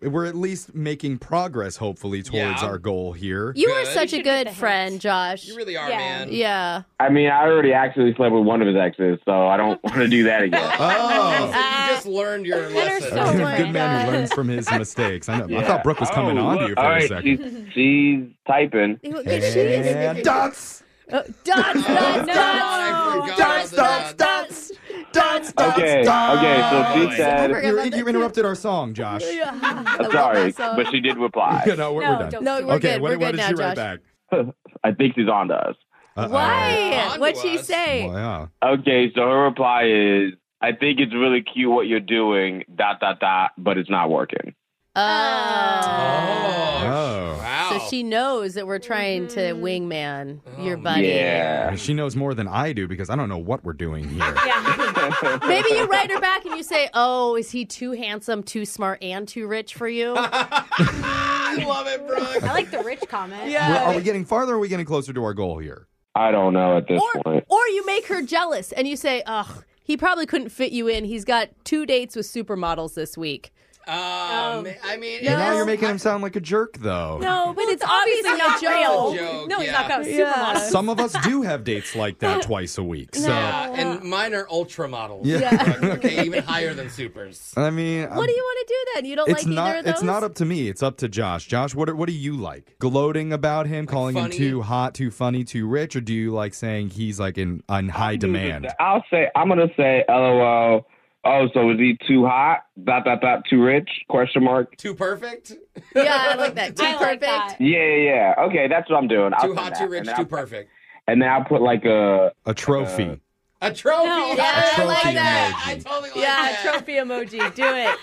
[SPEAKER 3] we're at least making progress, hopefully, towards
[SPEAKER 14] Yeah.
[SPEAKER 3] our goal here.
[SPEAKER 2] You are such a good friend, Josh. You
[SPEAKER 5] really are, man.
[SPEAKER 2] Yeah.
[SPEAKER 14] I mean,
[SPEAKER 2] <laughs>
[SPEAKER 14] I already actually slept with one of his exes, so I don't want to do
[SPEAKER 3] <laughs>
[SPEAKER 14] that again.
[SPEAKER 3] Oh,
[SPEAKER 5] So you just learned your lesson.
[SPEAKER 3] A
[SPEAKER 2] Oh
[SPEAKER 3] good, good man who learns from his mistakes. I, know. I thought Brooke was coming on to you for
[SPEAKER 14] Oh, All
[SPEAKER 3] a
[SPEAKER 14] right,
[SPEAKER 3] second.
[SPEAKER 14] She's, she's
[SPEAKER 3] <laughs>
[SPEAKER 14] typing.
[SPEAKER 3] And dots.
[SPEAKER 2] Uh, dots,
[SPEAKER 5] <laughs>
[SPEAKER 2] dots,
[SPEAKER 5] dots,
[SPEAKER 3] dots, dots, dots, dots, dots.
[SPEAKER 14] Okay, okay,
[SPEAKER 3] Oh,
[SPEAKER 14] so she said- I
[SPEAKER 3] <laughs>
[SPEAKER 14] forgot <laughs>
[SPEAKER 3] you,
[SPEAKER 14] about
[SPEAKER 3] you interrupted our song, Josh.
[SPEAKER 14] I'm sorry, but she did reply.
[SPEAKER 3] No, we're- we're No, done. don't No, we're Okay, good, what- we're what good did she now, write Josh.
[SPEAKER 14] <laughs> I think she's on to us.
[SPEAKER 3] uh,
[SPEAKER 2] Why? What'd she say?
[SPEAKER 14] Okay, so her reply is, I think it's really cute what you're doing, dot, dot, dot, but it's not working.
[SPEAKER 3] Oh.
[SPEAKER 2] So she knows that we're trying to wingman your
[SPEAKER 5] Oh,
[SPEAKER 2] buddy.
[SPEAKER 3] Yeah. She knows more than I do because I don't know what we're doing
[SPEAKER 2] <laughs>
[SPEAKER 3] here.
[SPEAKER 2] Maybe you write her back and you say, "Oh, is he too handsome, too smart, and too rich for
[SPEAKER 5] <laughs>
[SPEAKER 2] you?" I
[SPEAKER 5] love it, Brooke.
[SPEAKER 7] I like the rich comment.
[SPEAKER 3] We're- Are we getting farther or are we getting closer to our goal here?
[SPEAKER 14] I don't know at this point.
[SPEAKER 2] Or you make her jealous and you say, "Ugh, he probably couldn't fit you in. He's got two dates with supermodels this week."
[SPEAKER 5] Um, I mean,
[SPEAKER 3] Now
[SPEAKER 5] it's-
[SPEAKER 3] you're making him sound like a jerk, though.
[SPEAKER 4] No, but it's
[SPEAKER 2] obviously
[SPEAKER 4] obviously
[SPEAKER 2] a
[SPEAKER 4] not real.
[SPEAKER 2] joke.
[SPEAKER 4] No, he's not going
[SPEAKER 2] Yeah.
[SPEAKER 3] Some of us do have dates
[SPEAKER 2] <laughs>
[SPEAKER 3] like that twice a week. So,
[SPEAKER 5] Yeah, Uh, and mine are ultramodels.
[SPEAKER 3] Yeah. Yeah.
[SPEAKER 5] <laughs> okay, even higher than supers.
[SPEAKER 3] I mean,
[SPEAKER 2] What do you want to do then? You don't
[SPEAKER 3] Um, it's
[SPEAKER 2] like
[SPEAKER 3] not.
[SPEAKER 2] either of those?
[SPEAKER 3] It's not up to me. It's up to Josh. Josh, what are, what do you like? Gloating about him, calling him
[SPEAKER 14] funny?
[SPEAKER 3] too hot, too funny, too rich, or do you like saying he's like in
[SPEAKER 2] <laughs>
[SPEAKER 3] on high demand?
[SPEAKER 14] I'll say I'm gonna say LOL. Oh, so is he too hot? Dot dot dot. Too rich? Question mark.
[SPEAKER 5] Too perfect?
[SPEAKER 2] Yeah, I like that. Too perfect.
[SPEAKER 14] Yeah, yeah, yeah. Okay, that's what I'm doing. I'll
[SPEAKER 5] Too
[SPEAKER 14] say
[SPEAKER 5] hot,
[SPEAKER 14] that.
[SPEAKER 5] too rich,
[SPEAKER 14] And then
[SPEAKER 5] too
[SPEAKER 14] I'll-
[SPEAKER 5] perfect.
[SPEAKER 14] And then I'll put like a
[SPEAKER 3] a trophy.
[SPEAKER 5] A trophy.
[SPEAKER 2] yeah,
[SPEAKER 5] I like
[SPEAKER 2] trophy
[SPEAKER 5] that. I totally like
[SPEAKER 2] Yeah,
[SPEAKER 5] that.
[SPEAKER 2] trophy emoji. Do it.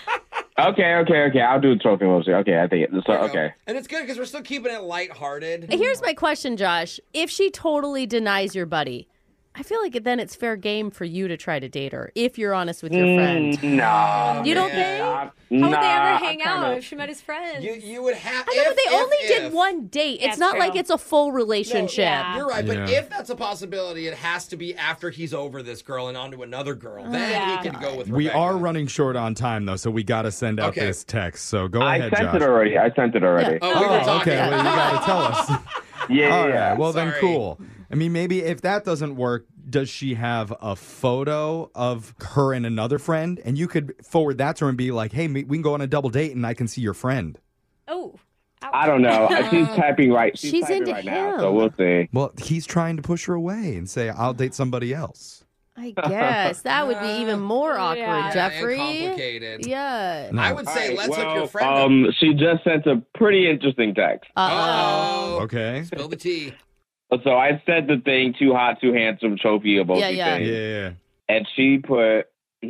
[SPEAKER 14] uh, okay, okay, okay. I'll do a trophy mostly. Okay, I think it. So okay.
[SPEAKER 5] And it's good because we're still keeping it lighthearted.
[SPEAKER 2] Here's my question, Josh. If she totally denies your buddy, I feel like then it's fair game for you to try to date her if you're honest with your friend.
[SPEAKER 14] Mm, No.
[SPEAKER 2] You don't
[SPEAKER 14] man.
[SPEAKER 2] think?
[SPEAKER 14] How
[SPEAKER 4] How would they ever
[SPEAKER 14] I
[SPEAKER 4] hang
[SPEAKER 14] kinda-
[SPEAKER 4] out if she met his friends?
[SPEAKER 5] You, you would have.
[SPEAKER 2] I know, but they
[SPEAKER 5] if-
[SPEAKER 2] only
[SPEAKER 5] if.
[SPEAKER 2] did one date. It's
[SPEAKER 4] That's
[SPEAKER 2] not
[SPEAKER 4] true.
[SPEAKER 2] like it's a full relationship.
[SPEAKER 5] You're right, but
[SPEAKER 2] Yeah.
[SPEAKER 5] if that's a possibility, it has to be after he's over this girl and onto another girl. Then he can go with.
[SPEAKER 3] We are running short on time though, so we got to send out
[SPEAKER 5] Okay.
[SPEAKER 3] this text. So go
[SPEAKER 14] I
[SPEAKER 3] ahead,
[SPEAKER 14] sent
[SPEAKER 3] Josh.
[SPEAKER 14] it already. I
[SPEAKER 3] <laughs>
[SPEAKER 14] sent it already.
[SPEAKER 5] Oh, we were talking.
[SPEAKER 3] okay. Well, you got to tell
[SPEAKER 5] <laughs>
[SPEAKER 3] us.
[SPEAKER 14] Yeah, yeah,
[SPEAKER 3] All right.
[SPEAKER 14] yeah.
[SPEAKER 3] Well, then
[SPEAKER 14] Sorry.
[SPEAKER 3] cool. I mean, maybe if that doesn't work, does she have a photo of her and another friend? And you could forward that to her and be like, hey, me- we can go on a double date and I can see your friend.
[SPEAKER 4] Oh.
[SPEAKER 14] I don't know. She's typing right. She's,
[SPEAKER 2] She's
[SPEAKER 14] typing
[SPEAKER 2] into
[SPEAKER 14] right
[SPEAKER 2] him.
[SPEAKER 14] now, so we'll see.
[SPEAKER 3] Well, he's trying to push her away and say, I'll date somebody else.
[SPEAKER 2] I guess that would be
[SPEAKER 4] <laughs>
[SPEAKER 2] even more awkward,
[SPEAKER 5] yeah,
[SPEAKER 2] Jeffrey.
[SPEAKER 5] and complicated.
[SPEAKER 2] Yeah.
[SPEAKER 5] I would say let's hook your friend up.
[SPEAKER 14] Um, she just sent a pretty interesting text.
[SPEAKER 5] Uh-oh.
[SPEAKER 3] Oh. Okay.
[SPEAKER 5] Spill the tea.
[SPEAKER 14] So I said the thing too hot, too handsome, trophy of both
[SPEAKER 5] Yeah,
[SPEAKER 14] these
[SPEAKER 5] yeah.
[SPEAKER 14] things.
[SPEAKER 3] Yeah.
[SPEAKER 14] And she put hmm,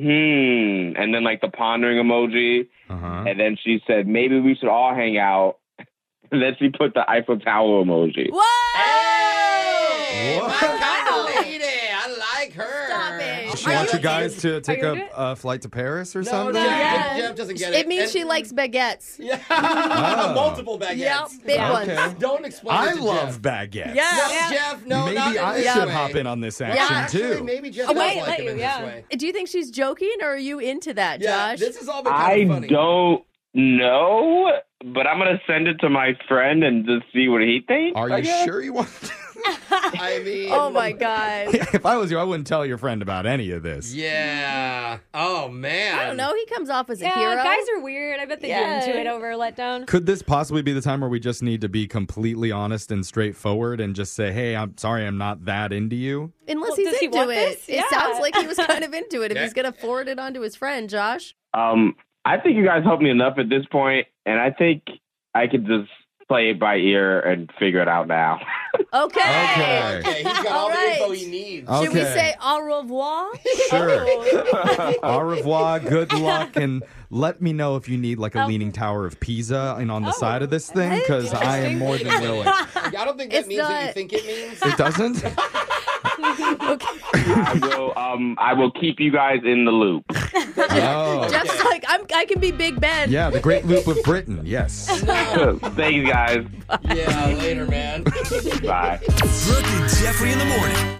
[SPEAKER 14] and then like the pondering emoji,
[SPEAKER 3] Uh-huh.
[SPEAKER 14] and then she said maybe we should all hang out. <laughs> And then she put the Eiffel Tower emoji.
[SPEAKER 2] What?
[SPEAKER 5] Hey, my kind of lady. I like her. Stop it.
[SPEAKER 3] She wants you guys to take
[SPEAKER 5] you
[SPEAKER 3] a, a flight to Paris or
[SPEAKER 5] No,
[SPEAKER 3] something?
[SPEAKER 5] no,
[SPEAKER 2] Yeah.
[SPEAKER 5] Jeff doesn't get
[SPEAKER 2] It,
[SPEAKER 5] it.
[SPEAKER 2] means
[SPEAKER 5] And-
[SPEAKER 2] she likes baguettes.
[SPEAKER 5] <laughs> Yeah.
[SPEAKER 3] Oh.
[SPEAKER 5] <laughs> Multiple baguettes.
[SPEAKER 2] Yep, big
[SPEAKER 3] Okay.
[SPEAKER 2] ones.
[SPEAKER 5] Don't explain.
[SPEAKER 3] I
[SPEAKER 5] it to
[SPEAKER 3] love
[SPEAKER 5] Jeff.
[SPEAKER 3] baguettes.
[SPEAKER 5] No, Jeff. No,
[SPEAKER 3] Maybe
[SPEAKER 5] not in
[SPEAKER 3] I
[SPEAKER 5] this
[SPEAKER 3] should
[SPEAKER 5] way.
[SPEAKER 3] hop in on this action
[SPEAKER 5] Actually,
[SPEAKER 3] too.
[SPEAKER 5] maybe Jeff
[SPEAKER 2] Oh,
[SPEAKER 5] does
[SPEAKER 2] wait,
[SPEAKER 5] like
[SPEAKER 2] let
[SPEAKER 5] him
[SPEAKER 2] you,
[SPEAKER 5] in
[SPEAKER 2] yeah.
[SPEAKER 5] this way.
[SPEAKER 2] Do you think she's joking or are you into that,
[SPEAKER 5] Yeah,
[SPEAKER 2] Josh?
[SPEAKER 5] this has all been kind
[SPEAKER 14] I
[SPEAKER 5] of
[SPEAKER 14] <laughs>
[SPEAKER 5] funny.
[SPEAKER 14] don't know, but I'm gonna send it to my friend and just see what he thinks.
[SPEAKER 3] Are
[SPEAKER 14] I
[SPEAKER 3] you
[SPEAKER 14] guess.
[SPEAKER 3] sure you want?
[SPEAKER 5] <laughs> I mean, um,
[SPEAKER 2] oh my god.
[SPEAKER 5] <laughs>
[SPEAKER 3] if I was you, I wouldn't tell your friend about any of this.
[SPEAKER 5] Yeah. Oh man.
[SPEAKER 2] I don't know. He comes off as a
[SPEAKER 4] Yeah,
[SPEAKER 2] hero.
[SPEAKER 4] guys are weird. I bet they
[SPEAKER 2] Yeah.
[SPEAKER 4] get into it over a letdown.
[SPEAKER 3] Could this possibly be the time where we just need to be completely honest and straightforward and just say, "Hey, I'm sorry, I'm not that into
[SPEAKER 5] <laughs>
[SPEAKER 3] you."
[SPEAKER 2] Unless
[SPEAKER 4] Well,
[SPEAKER 2] he's
[SPEAKER 4] does he
[SPEAKER 2] into
[SPEAKER 4] want
[SPEAKER 2] it.
[SPEAKER 4] this?
[SPEAKER 2] It
[SPEAKER 4] Yeah.
[SPEAKER 2] sounds like <laughs> he was kind of into it if
[SPEAKER 14] Yeah.
[SPEAKER 2] he's going to forward it on to his friend,
[SPEAKER 5] <laughs>
[SPEAKER 2] Josh.
[SPEAKER 14] Um, I think you guys helped me enough at this point, and I think I could just play it by ear and figure it out now.
[SPEAKER 2] Okay.
[SPEAKER 14] Okay.
[SPEAKER 5] Okay, he's got all,
[SPEAKER 2] All
[SPEAKER 5] the info
[SPEAKER 2] right.
[SPEAKER 5] he needs.
[SPEAKER 2] Should we
[SPEAKER 3] Okay.
[SPEAKER 2] say au revoir?
[SPEAKER 3] Sure.
[SPEAKER 10] Oh.
[SPEAKER 3] Au revoir. Good
[SPEAKER 5] <laughs>
[SPEAKER 3] luck, and let me know if you need
[SPEAKER 5] Oh.
[SPEAKER 3] like a leaning tower of Pisa and on the side of this thing because I am more than
[SPEAKER 5] <laughs>
[SPEAKER 3] willing.
[SPEAKER 5] I don't think that
[SPEAKER 2] It's
[SPEAKER 5] means what you
[SPEAKER 2] not-
[SPEAKER 5] think it means.
[SPEAKER 3] It <laughs> doesn't.
[SPEAKER 14] I will. Um, I will keep you guys in
[SPEAKER 2] <laughs>
[SPEAKER 14] the loop.
[SPEAKER 3] Oh.
[SPEAKER 2] Jeff's <laughs> like, I'm, I can be Big Ben.
[SPEAKER 3] Yeah, the Great Loop of Britain. Yes.
[SPEAKER 14] Thank you, guys.
[SPEAKER 5] yeah, later, man.
[SPEAKER 14] Bye.
[SPEAKER 16] Brooke and Jeffrey in the morning.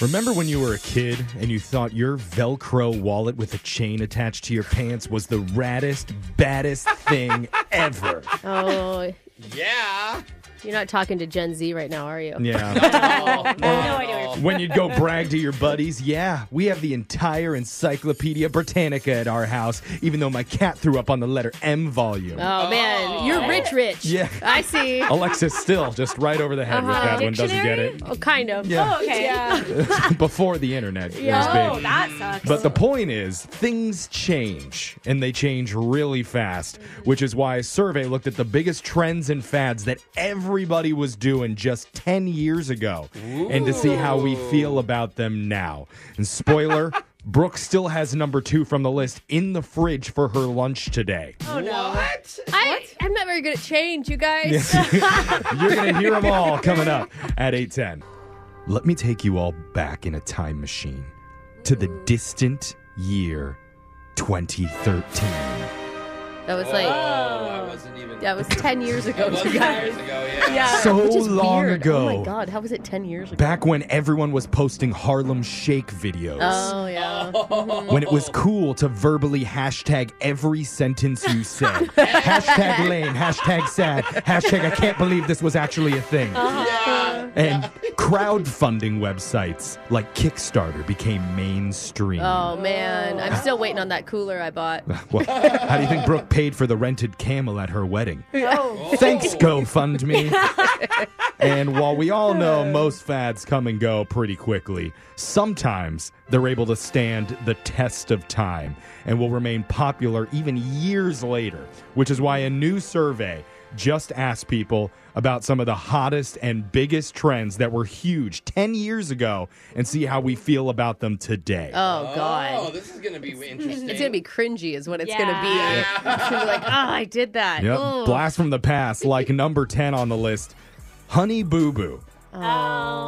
[SPEAKER 3] Remember when you were a kid and you thought your Velcro wallet with a chain attached to your pants was the raddest, baddest thing ever?
[SPEAKER 2] Oh,
[SPEAKER 5] Yeah.
[SPEAKER 2] you're not talking to Gen Z right now, are you?
[SPEAKER 3] Yeah.
[SPEAKER 5] no idea.
[SPEAKER 3] When you'd go brag to your buddies, yeah, we have the entire Encyclopedia Britannica at our house, even though my cat threw up on the letter M volume.
[SPEAKER 2] <laughs> Oh, man, you're rich, rich.
[SPEAKER 3] Yeah.
[SPEAKER 2] I
[SPEAKER 3] <laughs>
[SPEAKER 2] see.
[SPEAKER 3] Alexis still just right over the head with
[SPEAKER 2] Uh-huh.
[SPEAKER 3] that one, doesn't get it.
[SPEAKER 2] Oh, kind of.
[SPEAKER 3] Yeah.
[SPEAKER 2] Oh, okay. <laughs>
[SPEAKER 3] <laughs> Before the internet it was big.
[SPEAKER 2] Yeah. that sucks.
[SPEAKER 3] But the point is, things change, and they change really fast, which is why a survey looked at the biggest trends and fads that everybody was doing just 10 years ago and to see how we feel about them now. And spoiler, Brooke still has number two from the list in the fridge for her lunch today.
[SPEAKER 5] What?
[SPEAKER 2] Oh, I, I'm not very good at change, you guys. <laughs>
[SPEAKER 3] <laughs> You're going to hear them all coming up at 810. Let me take you all back in a time machine to the distant year 2013.
[SPEAKER 2] That was
[SPEAKER 5] Oh,
[SPEAKER 2] like
[SPEAKER 5] I wasn't even
[SPEAKER 2] That was 10 years ago.
[SPEAKER 5] It was 10
[SPEAKER 2] guys.
[SPEAKER 5] years ago, yeah.
[SPEAKER 3] So
[SPEAKER 2] which is
[SPEAKER 3] long
[SPEAKER 2] weird. Oh
[SPEAKER 3] ago.
[SPEAKER 2] my god, how was it 10 years ago?
[SPEAKER 3] Back when everyone was posting Harlem Shake videos.
[SPEAKER 2] Oh
[SPEAKER 5] <laughs>
[SPEAKER 2] yeah. Mhm.
[SPEAKER 3] when it
[SPEAKER 5] Oh.
[SPEAKER 3] was cool to verbally hashtag every sentence you said.
[SPEAKER 2] <laughs>
[SPEAKER 3] hashtag lame, hashtag sad, hashtag I can't believe this was actually a thing.
[SPEAKER 2] Oh. Uh-huh.
[SPEAKER 3] And crowdfunding websites like Kickstarter became mainstream.
[SPEAKER 2] Oh man, I'm still waiting on that cooler I
[SPEAKER 3] <laughs>
[SPEAKER 2] bought.
[SPEAKER 3] Well, how do you think Brooke paid for the rented camel at her wedding?
[SPEAKER 2] Oh. <laughs>
[SPEAKER 3] Thanks, GoFundMe. and while we all know most fads come and go pretty quickly, sometimes they're able to stand the test of time and will remain popular even years later, which is why a new survey just asked people about some of the hottest and biggest trends that were huge 10 years ago and see how we feel about them today.
[SPEAKER 2] Oh god.
[SPEAKER 5] Oh, this is gonna be interesting.
[SPEAKER 2] It's gonna be cringy, is what it's gonna be.
[SPEAKER 5] Yeah.
[SPEAKER 2] It's gonna be like, oh, I did that.
[SPEAKER 3] Yep.
[SPEAKER 2] Oh.
[SPEAKER 3] Blast from the past, like number 10 on the list. Honey Boo Boo.
[SPEAKER 2] Oh,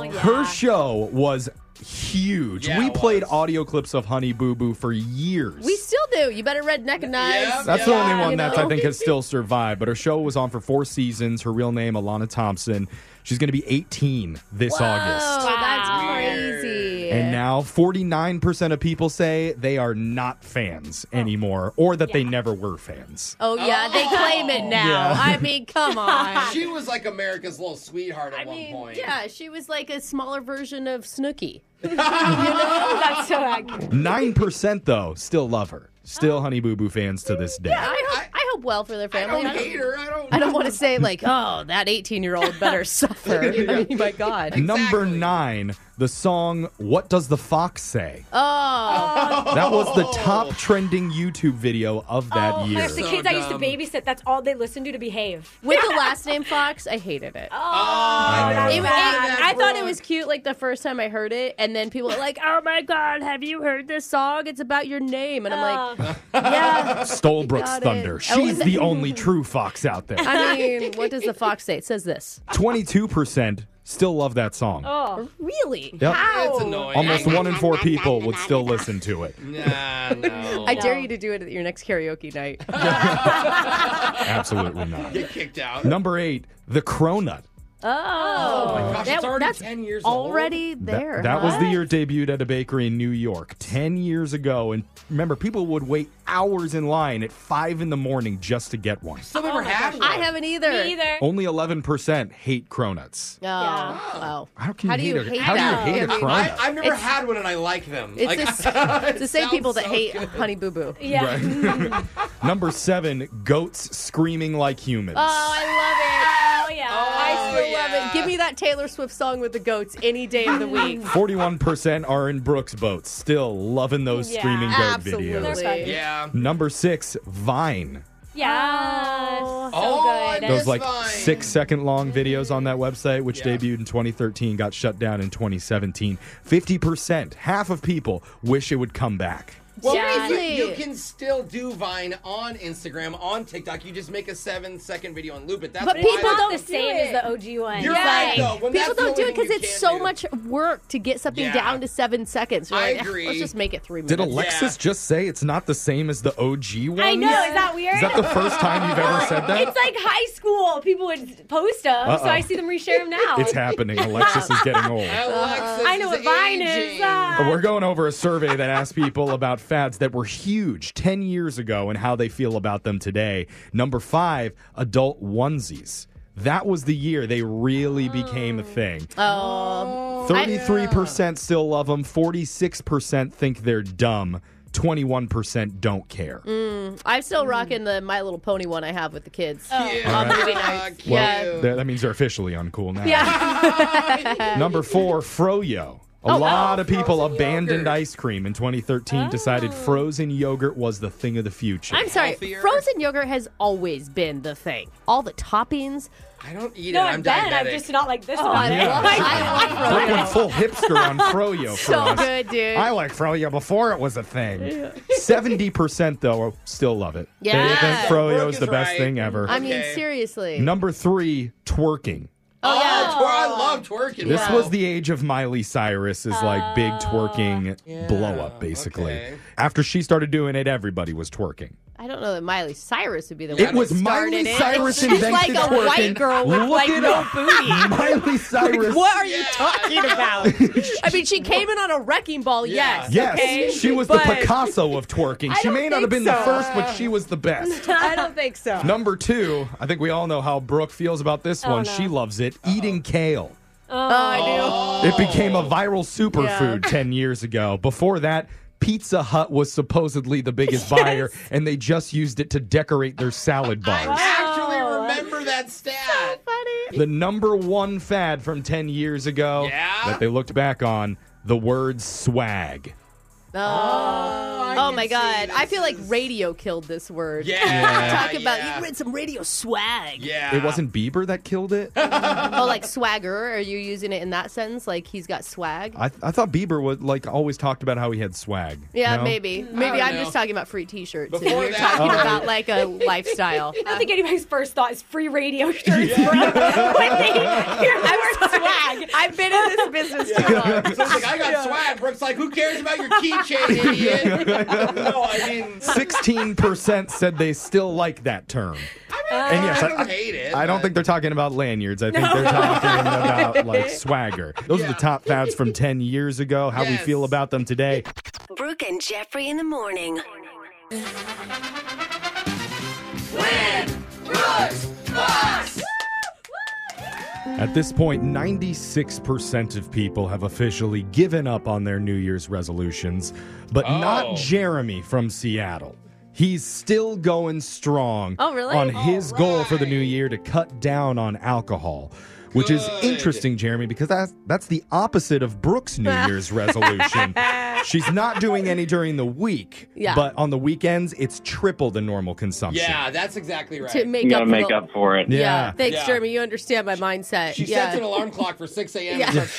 [SPEAKER 2] yeah.
[SPEAKER 3] Her show was huge. we played audio clips of Honey Boo Boo for years.
[SPEAKER 2] We still do. You better recognize.
[SPEAKER 3] That's the only one
[SPEAKER 2] you
[SPEAKER 3] that's
[SPEAKER 2] know?
[SPEAKER 3] I think has still survived. But her show was on for four seasons. Her real name, Alana Thompson. She's going to be 18 this August.
[SPEAKER 2] Oh, that's crazy.
[SPEAKER 3] And now 49% of people say they are not fans anymore or that they never were fans.
[SPEAKER 2] Oh yeah, they claim it now.
[SPEAKER 3] Yeah.
[SPEAKER 2] I mean, come on.
[SPEAKER 5] <laughs> She was like America's little sweetheart at one point.
[SPEAKER 2] yeah, she was like a smaller version of <laughs> Snooki. you know? That's so accurate.
[SPEAKER 3] 9% though still love her. Still
[SPEAKER 2] Oh.
[SPEAKER 3] Honey Boo Boo fans to this day.
[SPEAKER 2] Yeah, I hope, I hope well for their family. I don't,
[SPEAKER 5] hate her. I don't.
[SPEAKER 2] I don't want to say like, oh, that 18 year old <laughs> better suffer. I mean, my God. <laughs>
[SPEAKER 3] Number 9, the song What Does the Fox Say?
[SPEAKER 2] Oh.
[SPEAKER 3] That was the top trending YouTube video of that
[SPEAKER 4] oh,
[SPEAKER 3] year.
[SPEAKER 4] gosh, the kids I used to babysit, that's all they listened to to behave.
[SPEAKER 2] With the last name Fox, I hated it.
[SPEAKER 4] Oh,
[SPEAKER 2] It- it-
[SPEAKER 4] that's
[SPEAKER 2] I thought it was cute like the first time I heard it, and then people were like, "Oh my god, have you heard this song? It's about your name." And I'm like, "Yeah."
[SPEAKER 3] Stole Brooke's
[SPEAKER 2] Got it.
[SPEAKER 3] thunder.
[SPEAKER 2] I
[SPEAKER 3] She's
[SPEAKER 2] wasn't-
[SPEAKER 3] the only true fox out there.
[SPEAKER 2] I mean, what does the fox say? It says this.
[SPEAKER 3] 22% still love that song.
[SPEAKER 2] Oh, really?
[SPEAKER 3] Yep.
[SPEAKER 2] How?
[SPEAKER 3] Almost one
[SPEAKER 5] <laughs>
[SPEAKER 3] in four people would still listen to it.
[SPEAKER 5] Nah, no.
[SPEAKER 2] I dare you to do it at your next karaoke
[SPEAKER 5] <laughs>
[SPEAKER 2] night.
[SPEAKER 3] Absolutely not.
[SPEAKER 5] Get kicked out.
[SPEAKER 3] Number eight, the Cronut.
[SPEAKER 2] Oh, oh
[SPEAKER 5] my gosh, it's already
[SPEAKER 2] that's
[SPEAKER 5] 10 years old?
[SPEAKER 2] already
[SPEAKER 3] That-
[SPEAKER 2] there.
[SPEAKER 3] That, was the year it debuted at a bakery in New York 10 years ago. And remember, people would wait hours in line at 5 in the morning just to get one.
[SPEAKER 5] Still never had one.
[SPEAKER 2] Oh I haven't either. Me either.
[SPEAKER 3] Only 11% hate cronuts.
[SPEAKER 2] Oh, wow.
[SPEAKER 3] How can
[SPEAKER 2] How do
[SPEAKER 3] you
[SPEAKER 2] you
[SPEAKER 3] hate, a,
[SPEAKER 2] hate
[SPEAKER 3] How
[SPEAKER 2] that?
[SPEAKER 3] do you hate
[SPEAKER 2] I
[SPEAKER 3] a
[SPEAKER 2] mean,
[SPEAKER 3] cronut?
[SPEAKER 5] I've never
[SPEAKER 2] It's-
[SPEAKER 5] had one and I like them.
[SPEAKER 2] It's,
[SPEAKER 5] Like, <laughs>
[SPEAKER 2] the, s- <laughs> it's the same
[SPEAKER 5] sounds
[SPEAKER 2] people that
[SPEAKER 5] so
[SPEAKER 2] hate
[SPEAKER 5] good.
[SPEAKER 2] Honey Boo Boo. <laughs>
[SPEAKER 3] Right. Number seven, goats screaming like humans.
[SPEAKER 2] Oh, I love it. Oh, yeah. I still love
[SPEAKER 5] yeah.
[SPEAKER 2] it. Give me that Taylor Swift song with the goats any day of the
[SPEAKER 3] Mm.
[SPEAKER 2] week.
[SPEAKER 3] 41% are in Brooks' boat, still loving those
[SPEAKER 2] Yeah,
[SPEAKER 3] screaming goat
[SPEAKER 2] absolutely. They're
[SPEAKER 3] videos.
[SPEAKER 2] fun. Yeah.
[SPEAKER 3] Number six, Vine.
[SPEAKER 4] Yeah.
[SPEAKER 5] Oh,
[SPEAKER 4] so good.
[SPEAKER 3] Those like six second long videos on that website, which debuted in 2013, got shut down in 2017. 50%, half of people wish it would come back.
[SPEAKER 5] Well,
[SPEAKER 2] Yeah.
[SPEAKER 5] you,
[SPEAKER 2] Seriously.
[SPEAKER 5] you can still do Vine on Instagram, on TikTok. You just make a seven-second video and loop it. That's
[SPEAKER 4] But
[SPEAKER 5] why
[SPEAKER 4] people
[SPEAKER 5] I-
[SPEAKER 4] don't the same as the OG one.
[SPEAKER 5] You're right, though. When
[SPEAKER 2] People
[SPEAKER 5] that's the
[SPEAKER 2] don't do
[SPEAKER 5] only
[SPEAKER 2] it
[SPEAKER 5] thing
[SPEAKER 2] because
[SPEAKER 5] you
[SPEAKER 2] it's
[SPEAKER 5] can
[SPEAKER 2] so
[SPEAKER 5] do.
[SPEAKER 2] much work to get something
[SPEAKER 5] Yeah.
[SPEAKER 2] down to seven seconds. You're
[SPEAKER 5] I
[SPEAKER 2] like, "Eh,
[SPEAKER 5] agree.
[SPEAKER 2] Let's just make it three minutes.
[SPEAKER 3] Did Alexis just say it's not the same as the OG one?
[SPEAKER 4] I know. Is that weird?
[SPEAKER 3] Is that the first time you've ever said that?
[SPEAKER 4] It's like high school. People would post them,
[SPEAKER 3] Uh-oh.
[SPEAKER 4] so I see them reshare them now. Uh,
[SPEAKER 3] It's happening. Alexis is getting old.
[SPEAKER 4] I know what Vine is. Ah.
[SPEAKER 3] We're going over a survey that asked people about fads that were huge 10 years ago and how they feel about them today. Number five, adult onesies. That was the year they really became a thing.
[SPEAKER 2] Oh.
[SPEAKER 3] 33% still love them, 46% think they're dumb, 21% don't care.
[SPEAKER 2] Mm, I'm still rocking the My Little Pony one I have with the kids. On
[SPEAKER 3] Alright.
[SPEAKER 2] movie nights.
[SPEAKER 3] Well,
[SPEAKER 2] yeah.
[SPEAKER 3] that, that means they're officially uncool now.
[SPEAKER 2] Yeah.
[SPEAKER 3] Number four, Froyo. A
[SPEAKER 2] Oh, Oh.
[SPEAKER 3] lot of people abandoned ice cream in 2013, decided frozen yogurt was the thing of the future.
[SPEAKER 2] I'm sorry. Frozen yogurt has always been the thing. All the toppings.
[SPEAKER 5] I don't eat
[SPEAKER 2] no,
[SPEAKER 4] it. I'm I'm bad. I'm diabetic. just not like this
[SPEAKER 2] oh,
[SPEAKER 4] about
[SPEAKER 2] I
[SPEAKER 4] it.
[SPEAKER 2] love- I love
[SPEAKER 3] Brooke
[SPEAKER 2] Froyo.
[SPEAKER 3] went full
[SPEAKER 2] <laughs>
[SPEAKER 3] hipster on Froyo. for
[SPEAKER 2] So
[SPEAKER 3] us.
[SPEAKER 2] good, dude.
[SPEAKER 3] I like Froyo before it was a
[SPEAKER 2] Yeah.
[SPEAKER 3] thing. Seventy percent though still love it. they
[SPEAKER 2] Yeah.
[SPEAKER 3] think
[SPEAKER 2] Yeah,
[SPEAKER 3] Froyo
[SPEAKER 2] Brooke
[SPEAKER 3] is
[SPEAKER 2] is
[SPEAKER 3] the best
[SPEAKER 2] right.
[SPEAKER 3] thing ever.
[SPEAKER 2] I mean, seriously.
[SPEAKER 3] Number three, twerking.
[SPEAKER 2] Oh, yeah,
[SPEAKER 5] twer- I love twerking.
[SPEAKER 3] This
[SPEAKER 5] bro.
[SPEAKER 3] was
[SPEAKER 5] <laughs>
[SPEAKER 3] the age of Miley Cyrus is like
[SPEAKER 2] Oh.
[SPEAKER 3] big twerking blow up basically. After she started doing it, everybody was twerking.
[SPEAKER 2] I don't know that Miley Cyrus would be the
[SPEAKER 3] It
[SPEAKER 2] one. who
[SPEAKER 3] was
[SPEAKER 2] started
[SPEAKER 3] Miley
[SPEAKER 2] it.
[SPEAKER 3] Cyrus
[SPEAKER 2] She's like a
[SPEAKER 3] invented twerking.
[SPEAKER 2] white girl with
[SPEAKER 3] Look
[SPEAKER 2] like
[SPEAKER 3] it
[SPEAKER 2] no
[SPEAKER 3] up.
[SPEAKER 2] booty.
[SPEAKER 3] Miley <laughs> Cyrus.
[SPEAKER 2] what are you
[SPEAKER 3] <laughs>
[SPEAKER 2] talking about? I mean, she came in on a wrecking ball. Yes.
[SPEAKER 3] Yes,
[SPEAKER 2] okay?
[SPEAKER 3] she was
[SPEAKER 2] But-
[SPEAKER 3] the
[SPEAKER 2] <laughs>
[SPEAKER 3] Picasso of twerking.
[SPEAKER 2] I
[SPEAKER 3] She
[SPEAKER 2] don't
[SPEAKER 3] may not have been
[SPEAKER 2] think
[SPEAKER 3] the
[SPEAKER 2] so.
[SPEAKER 3] first, but she was
[SPEAKER 2] <laughs>
[SPEAKER 3] the best.
[SPEAKER 2] I don't think so.
[SPEAKER 3] Number two, I think we all know how Brooke feels about this
[SPEAKER 2] Oh,
[SPEAKER 3] one.
[SPEAKER 2] no.
[SPEAKER 3] She loves it. Eating kale.
[SPEAKER 2] Oh, I
[SPEAKER 3] It became a viral superfood <laughs>
[SPEAKER 2] Yeah.
[SPEAKER 3] 10 years ago. Before that, Pizza Hut was supposedly the
[SPEAKER 2] <laughs>
[SPEAKER 3] biggest buyer, and they just used it to decorate their salad bars.
[SPEAKER 5] Actually, remember that stat. <laughs>
[SPEAKER 3] the number one fad from 10 years ago that they looked back on the word swag.
[SPEAKER 2] do. Oh, oh my God. I feel like radio killed this word. <laughs>
[SPEAKER 3] Yeah,
[SPEAKER 2] Talk about
[SPEAKER 3] yeah.
[SPEAKER 2] you read some radio swag.
[SPEAKER 5] Yeah.
[SPEAKER 3] It wasn't Bieber that killed it.
[SPEAKER 2] oh, like swagger? Are you using it in that sense? Like he's got swag?
[SPEAKER 3] I, I thought Bieber was like always talked about how he had swag.
[SPEAKER 2] Yeah,
[SPEAKER 3] no?
[SPEAKER 2] maybe. Maybe
[SPEAKER 4] don't
[SPEAKER 2] I'm
[SPEAKER 4] know.
[SPEAKER 2] just talking about free T-shirts. and
[SPEAKER 4] Before
[SPEAKER 2] We're
[SPEAKER 4] that-
[SPEAKER 2] talking
[SPEAKER 3] Oh.
[SPEAKER 2] about like a lifestyle.
[SPEAKER 4] I don't think anybody's first thought is free
[SPEAKER 3] <laughs>
[SPEAKER 4] radio shirts, bro.
[SPEAKER 2] I'm swag. I've been in this business too long.
[SPEAKER 5] Brooke's like, I got swag. Brooke's like, who cares about your
[SPEAKER 3] <laughs>
[SPEAKER 5] keychain, idiot? no,
[SPEAKER 2] <laughs>
[SPEAKER 5] I mean,
[SPEAKER 3] 16% said they still like that term. and yes,
[SPEAKER 5] I don't hate it,
[SPEAKER 3] I don't
[SPEAKER 5] but-
[SPEAKER 3] think they're talking about lanyards. I think they're talking
[SPEAKER 2] <laughs>
[SPEAKER 3] about like swagger. Those are the top fads from 10 years ago, how we
[SPEAKER 7] Yes.
[SPEAKER 3] feel about them today.
[SPEAKER 7] Brooke and Jeffrey in the morning.
[SPEAKER 3] At this point, 96% of people have officially given up on their New Year's resolutions, but
[SPEAKER 5] Oh.
[SPEAKER 3] not Jeremy from Seattle. He's still going strong
[SPEAKER 5] Oh, really?
[SPEAKER 3] on his goal for the new year to cut down on alcohol, which is interesting, Jeremy, because that's, that's the opposite of
[SPEAKER 2] <laughs>
[SPEAKER 3] Brooke's New Year's resolution. She's not doing any during the week,
[SPEAKER 5] Yeah.
[SPEAKER 3] but on the weekends, it's triple the normal
[SPEAKER 2] <laughs>
[SPEAKER 3] consumption.
[SPEAKER 5] yeah, that's exactly <laughs> right.
[SPEAKER 2] To make You gotta up for make the- up
[SPEAKER 3] for it.
[SPEAKER 2] Yeah. Thanks, Jeremy. You understand my mindset.
[SPEAKER 5] She
[SPEAKER 2] yeah.
[SPEAKER 5] sets an alarm clock for 6 a.m.
[SPEAKER 2] Yeah.
[SPEAKER 5] and starts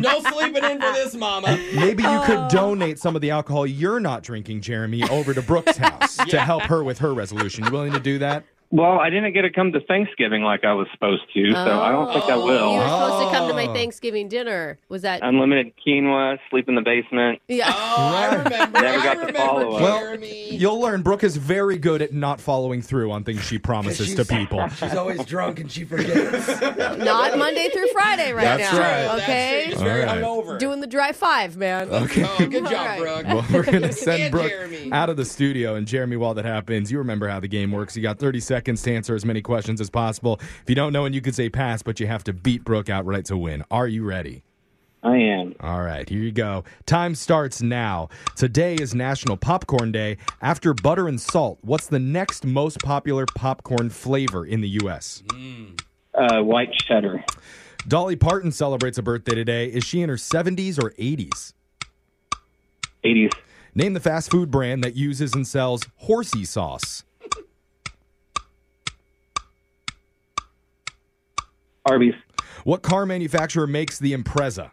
[SPEAKER 3] <laughs>
[SPEAKER 5] no <laughs> sleeping in for this, mama.
[SPEAKER 3] Maybe you could
[SPEAKER 5] Oh.
[SPEAKER 2] Oh. <laughs>
[SPEAKER 3] donate some of the alcohol you're not drinking, Jeremy, over to Brooke's house to help her with her resolution. You willing to do that?
[SPEAKER 17] Well, I didn't get to come to Thanksgiving like I was supposed to, so I don't think I
[SPEAKER 5] Oh.
[SPEAKER 17] will.
[SPEAKER 2] Oh, You were supposed to come to
[SPEAKER 3] Oh.
[SPEAKER 2] my Thanksgiving dinner. Was that?
[SPEAKER 17] Unlimited quinoa, sleep in the basement.
[SPEAKER 5] Oh,
[SPEAKER 2] Yeah.
[SPEAKER 17] Never got the follow up.
[SPEAKER 3] Well, you'll learn Brooke is very good at not following through on things she promises to people.
[SPEAKER 5] <laughs> She's always drunk and she forgets.
[SPEAKER 2] Not Monday through Friday right
[SPEAKER 3] That's
[SPEAKER 2] now.
[SPEAKER 3] right. That's
[SPEAKER 2] Okay.
[SPEAKER 3] true. She's very All right. hungover.
[SPEAKER 2] Doing the dry five, man.
[SPEAKER 3] Okay.
[SPEAKER 2] <laughs>
[SPEAKER 3] Oh,
[SPEAKER 5] good job, Brooke.
[SPEAKER 3] Well, we're
[SPEAKER 5] <laughs>
[SPEAKER 3] going to
[SPEAKER 5] And
[SPEAKER 3] send Brooke
[SPEAKER 5] Jeremy.
[SPEAKER 3] out of the studio. And Jeremy, while that happens, you remember how the game works. You got 30 seconds to answer as many questions as possible. If you don't know, and you can say pass, but you have to beat Brooke outright to win. Are you ready?
[SPEAKER 17] I am.
[SPEAKER 3] All right, here you go. Time starts now. Today is National Popcorn Day. After butter and salt, what's the next most popular popcorn flavor in the U.S.?
[SPEAKER 5] Mm.
[SPEAKER 17] Uh, white cheddar.
[SPEAKER 3] Dolly Parton celebrates a birthday today. Is she in her 70s or 80s?
[SPEAKER 17] 80s.
[SPEAKER 3] Name the fast food brand that uses and sells horsey sauce.
[SPEAKER 17] Arby's.
[SPEAKER 3] What car manufacturer makes the Impreza?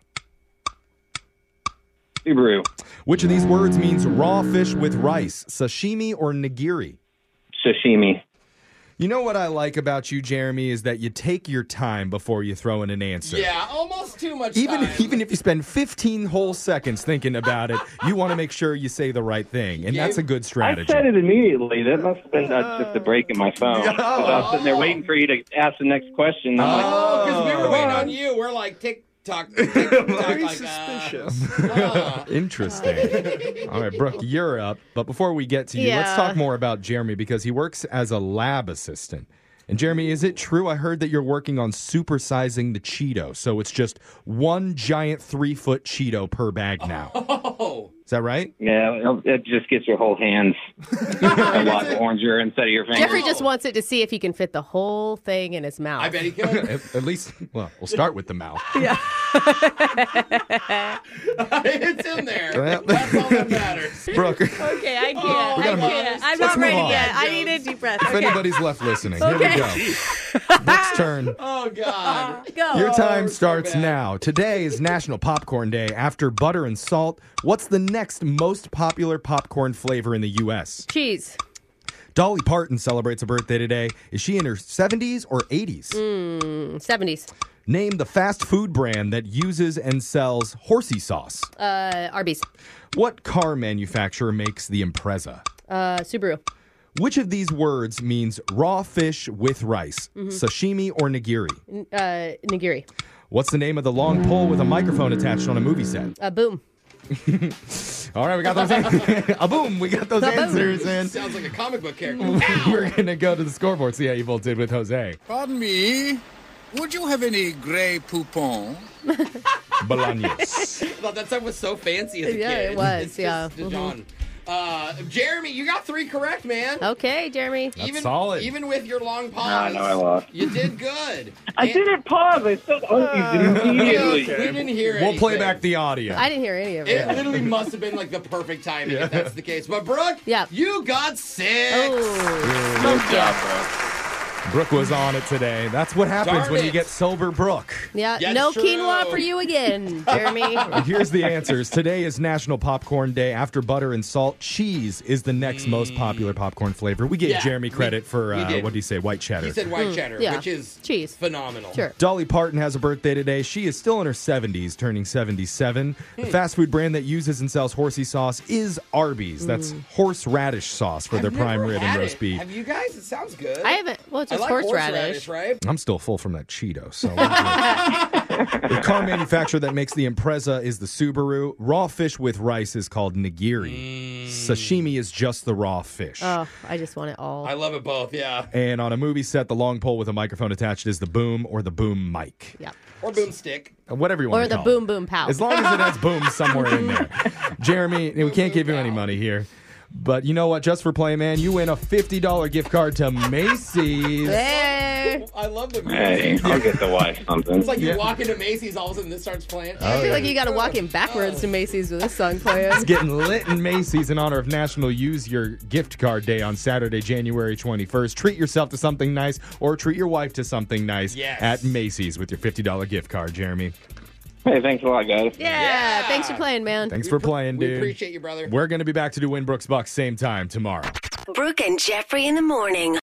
[SPEAKER 17] Subaru.
[SPEAKER 3] Which of these words means raw fish with rice? Sashimi or nigiri?
[SPEAKER 17] Sashimi.
[SPEAKER 3] You know what I like about you, Jeremy, is that you take your time before you throw in an answer.
[SPEAKER 5] Yeah, almost too much
[SPEAKER 3] Even
[SPEAKER 5] time.
[SPEAKER 3] <laughs> even if you spend 15 whole seconds thinking about it, you want to make sure you say the right thing, and that's a good strategy.
[SPEAKER 17] I
[SPEAKER 3] <laughs>
[SPEAKER 17] said it immediately. That must have been uh, just a break in my phone.
[SPEAKER 5] <laughs>
[SPEAKER 17] 'Cause I was sitting there waiting for you to ask the next question. I'm
[SPEAKER 5] Oh, because we were
[SPEAKER 17] Come
[SPEAKER 5] waiting
[SPEAKER 17] on.
[SPEAKER 5] on you. We're like tick
[SPEAKER 3] <laughs>
[SPEAKER 5] tock, tick tock, like uh, <laughs> suspicious.
[SPEAKER 3] Interesting. All right, Brooke, you're up. But before we get to you, let's
[SPEAKER 5] Yeah.
[SPEAKER 3] talk more about Jeremy because he works as a lab assistant. And Jeremy, is it true? I heard that you're working on supersizing the Cheeto, so it's just one giant three foot Cheeto per bag
[SPEAKER 5] Oh
[SPEAKER 3] now. Is that right?
[SPEAKER 17] Yeah, it'll- it just gets your whole
[SPEAKER 5] <laughs>
[SPEAKER 17] hands a lot oranger instead of your fingers.
[SPEAKER 2] <laughs> Jeffrey just wants it to see if he can fit the whole thing in his mouth.
[SPEAKER 5] bet
[SPEAKER 3] <laughs>
[SPEAKER 5] he
[SPEAKER 3] at, at least, well, we'll start with the mouth.
[SPEAKER 5] it's
[SPEAKER 3] <laughs>
[SPEAKER 5] in there.
[SPEAKER 3] Well-
[SPEAKER 5] That's all that matters.
[SPEAKER 3] Brooke.
[SPEAKER 2] Okay, I can't.
[SPEAKER 5] Oh,
[SPEAKER 2] I
[SPEAKER 5] come on.
[SPEAKER 2] can't. I'm
[SPEAKER 3] Let's
[SPEAKER 2] not
[SPEAKER 3] move
[SPEAKER 2] ready
[SPEAKER 3] on.
[SPEAKER 2] yet. I need a deep breath.
[SPEAKER 3] If
[SPEAKER 2] okay.
[SPEAKER 3] anybody's left listening,
[SPEAKER 2] Okay.
[SPEAKER 3] here we go.
[SPEAKER 2] <laughs>
[SPEAKER 3] Brooke's turn.
[SPEAKER 5] Oh God.
[SPEAKER 2] Go.
[SPEAKER 3] Your time starts now. Today is National Popcorn Day. After butter and salt, what's the next most popular popcorn flavor in the U.S.?
[SPEAKER 2] Cheese.
[SPEAKER 3] Dolly Parton celebrates a birthday today. Is she in her 70s or 80s?
[SPEAKER 2] Mm, 70s.
[SPEAKER 3] Name the fast food brand that uses and sells horsey sauce.
[SPEAKER 2] Uh, Arby's.
[SPEAKER 3] What car manufacturer makes the Impreza?
[SPEAKER 2] Uh, Subaru.
[SPEAKER 3] Which of these words means raw fish with rice?
[SPEAKER 2] Mhm.
[SPEAKER 3] Sashimi or nigiri?
[SPEAKER 2] N- Uh, Nigiri.
[SPEAKER 3] What's the name of the long pole with a microphone attached on a movie set?
[SPEAKER 2] Uh, boom.
[SPEAKER 3] All right, we got those.
[SPEAKER 5] <laughs>
[SPEAKER 3] An- <laughs> a boom, we got those
[SPEAKER 5] Kaboom.
[SPEAKER 3] answers in. <laughs>
[SPEAKER 5] Sounds like a comic book character.
[SPEAKER 3] We're gonna go to the scoreboard. See how Evil did with Jose.
[SPEAKER 18] Pardon me. Would you have any gray
[SPEAKER 3] <laughs>
[SPEAKER 18] poupon?
[SPEAKER 3] Bolaños.
[SPEAKER 5] <laughs> I thought that stuff was so fancy as a
[SPEAKER 2] Yeah,
[SPEAKER 5] kid.
[SPEAKER 2] it was,
[SPEAKER 5] It's
[SPEAKER 2] yeah. Mm-hmm.
[SPEAKER 5] Just, John. Uh, Jeremy, you got three correct, man.
[SPEAKER 2] Okay, Jeremy.
[SPEAKER 5] Even, Even with your long pause, you did good.
[SPEAKER 19] I didn't pause. I said
[SPEAKER 5] <laughs>
[SPEAKER 19] unmuted
[SPEAKER 3] Uh,
[SPEAKER 19] immediately.
[SPEAKER 5] We didn't hear
[SPEAKER 3] We'll play
[SPEAKER 5] anything.
[SPEAKER 3] back the audio.
[SPEAKER 2] I didn't hear any of it.
[SPEAKER 5] It literally must have been like the perfect timing
[SPEAKER 3] Yeah.
[SPEAKER 5] if that's the case. But Brooke, yeah. you got six.
[SPEAKER 2] Oh.
[SPEAKER 3] Good job, Brooke was on it today. That's what happens
[SPEAKER 5] Darn
[SPEAKER 3] when you
[SPEAKER 5] it.
[SPEAKER 3] get sober,
[SPEAKER 5] <laughs>
[SPEAKER 3] Brooke.
[SPEAKER 2] Yeah,
[SPEAKER 5] That's
[SPEAKER 2] no
[SPEAKER 5] true.
[SPEAKER 2] quinoa for you again,
[SPEAKER 5] <laughs>
[SPEAKER 2] Jeremy.
[SPEAKER 3] Here's the answers. Today is National Popcorn Day. After butter and salt, cheese is the next most popular popcorn flavor. We gave
[SPEAKER 5] Yeah,
[SPEAKER 3] Jeremy
[SPEAKER 5] we-
[SPEAKER 3] credit for
[SPEAKER 5] we
[SPEAKER 3] uh,
[SPEAKER 5] did.
[SPEAKER 3] what do you say, white cheddar?
[SPEAKER 5] He said white cheddar,
[SPEAKER 2] Mm, yeah.
[SPEAKER 5] which is cheese, phenomenal.
[SPEAKER 3] Dolly Parton has a birthday today. She is still in her 70s, turning 77. The fast food brand that uses and sells horsey sauce is Arby's. That's horseradish sauce for their prime rib and
[SPEAKER 5] Had
[SPEAKER 3] roast
[SPEAKER 5] it.
[SPEAKER 3] beef.
[SPEAKER 5] Have you guys? It sounds good.
[SPEAKER 2] I haven't- well, it's
[SPEAKER 5] I
[SPEAKER 2] just
[SPEAKER 5] like
[SPEAKER 2] horseradish.
[SPEAKER 5] right?
[SPEAKER 3] I'm still full from that Cheeto. So the car manufacturer that makes the Impreza is the Subaru. Raw fish with rice is called nigiri. Sashimi is just the raw fish.
[SPEAKER 2] Oh, I just want it all.
[SPEAKER 5] I love it both. Yeah,
[SPEAKER 3] And on a movie set, the long pole with a microphone attached is the boom or the boom mic,
[SPEAKER 2] Yeah.
[SPEAKER 5] or boomstick.
[SPEAKER 3] whatever you want
[SPEAKER 2] Or
[SPEAKER 3] to
[SPEAKER 2] the
[SPEAKER 3] call it.
[SPEAKER 2] boom boom pow.
[SPEAKER 3] As long
[SPEAKER 2] <laughs>
[SPEAKER 3] as it has boom somewhere in there. Jeremy, we can't give you any money here. But you know what? Just for play, man, you win a $50 gift card to Macy's.
[SPEAKER 5] <laughs> I love the
[SPEAKER 17] Hey,
[SPEAKER 5] music.
[SPEAKER 17] I'll get the wife something.
[SPEAKER 5] It's like you walk into Macy's, all of a sudden this starts playing.
[SPEAKER 2] I feel like you got to walk in backwards to Macy's with this song
[SPEAKER 5] <laughs>
[SPEAKER 3] It's
[SPEAKER 2] playing.
[SPEAKER 3] getting lit in Macy's in honor of National Use Your Gift Card Day on Saturday, January 21st. Treat yourself to something nice or treat your wife to something nice
[SPEAKER 17] Yes.
[SPEAKER 3] at Macy's with your $50 gift card, Jeremy.
[SPEAKER 17] Hey, thanks a lot, guys.
[SPEAKER 2] Yeah, thanks for playing, man.
[SPEAKER 3] Thanks for playing, dude.
[SPEAKER 2] you, brother.
[SPEAKER 3] We're going to be back to do Winbrook's Bucks same time tomorrow.
[SPEAKER 7] Brooke and Jeffrey in the morning.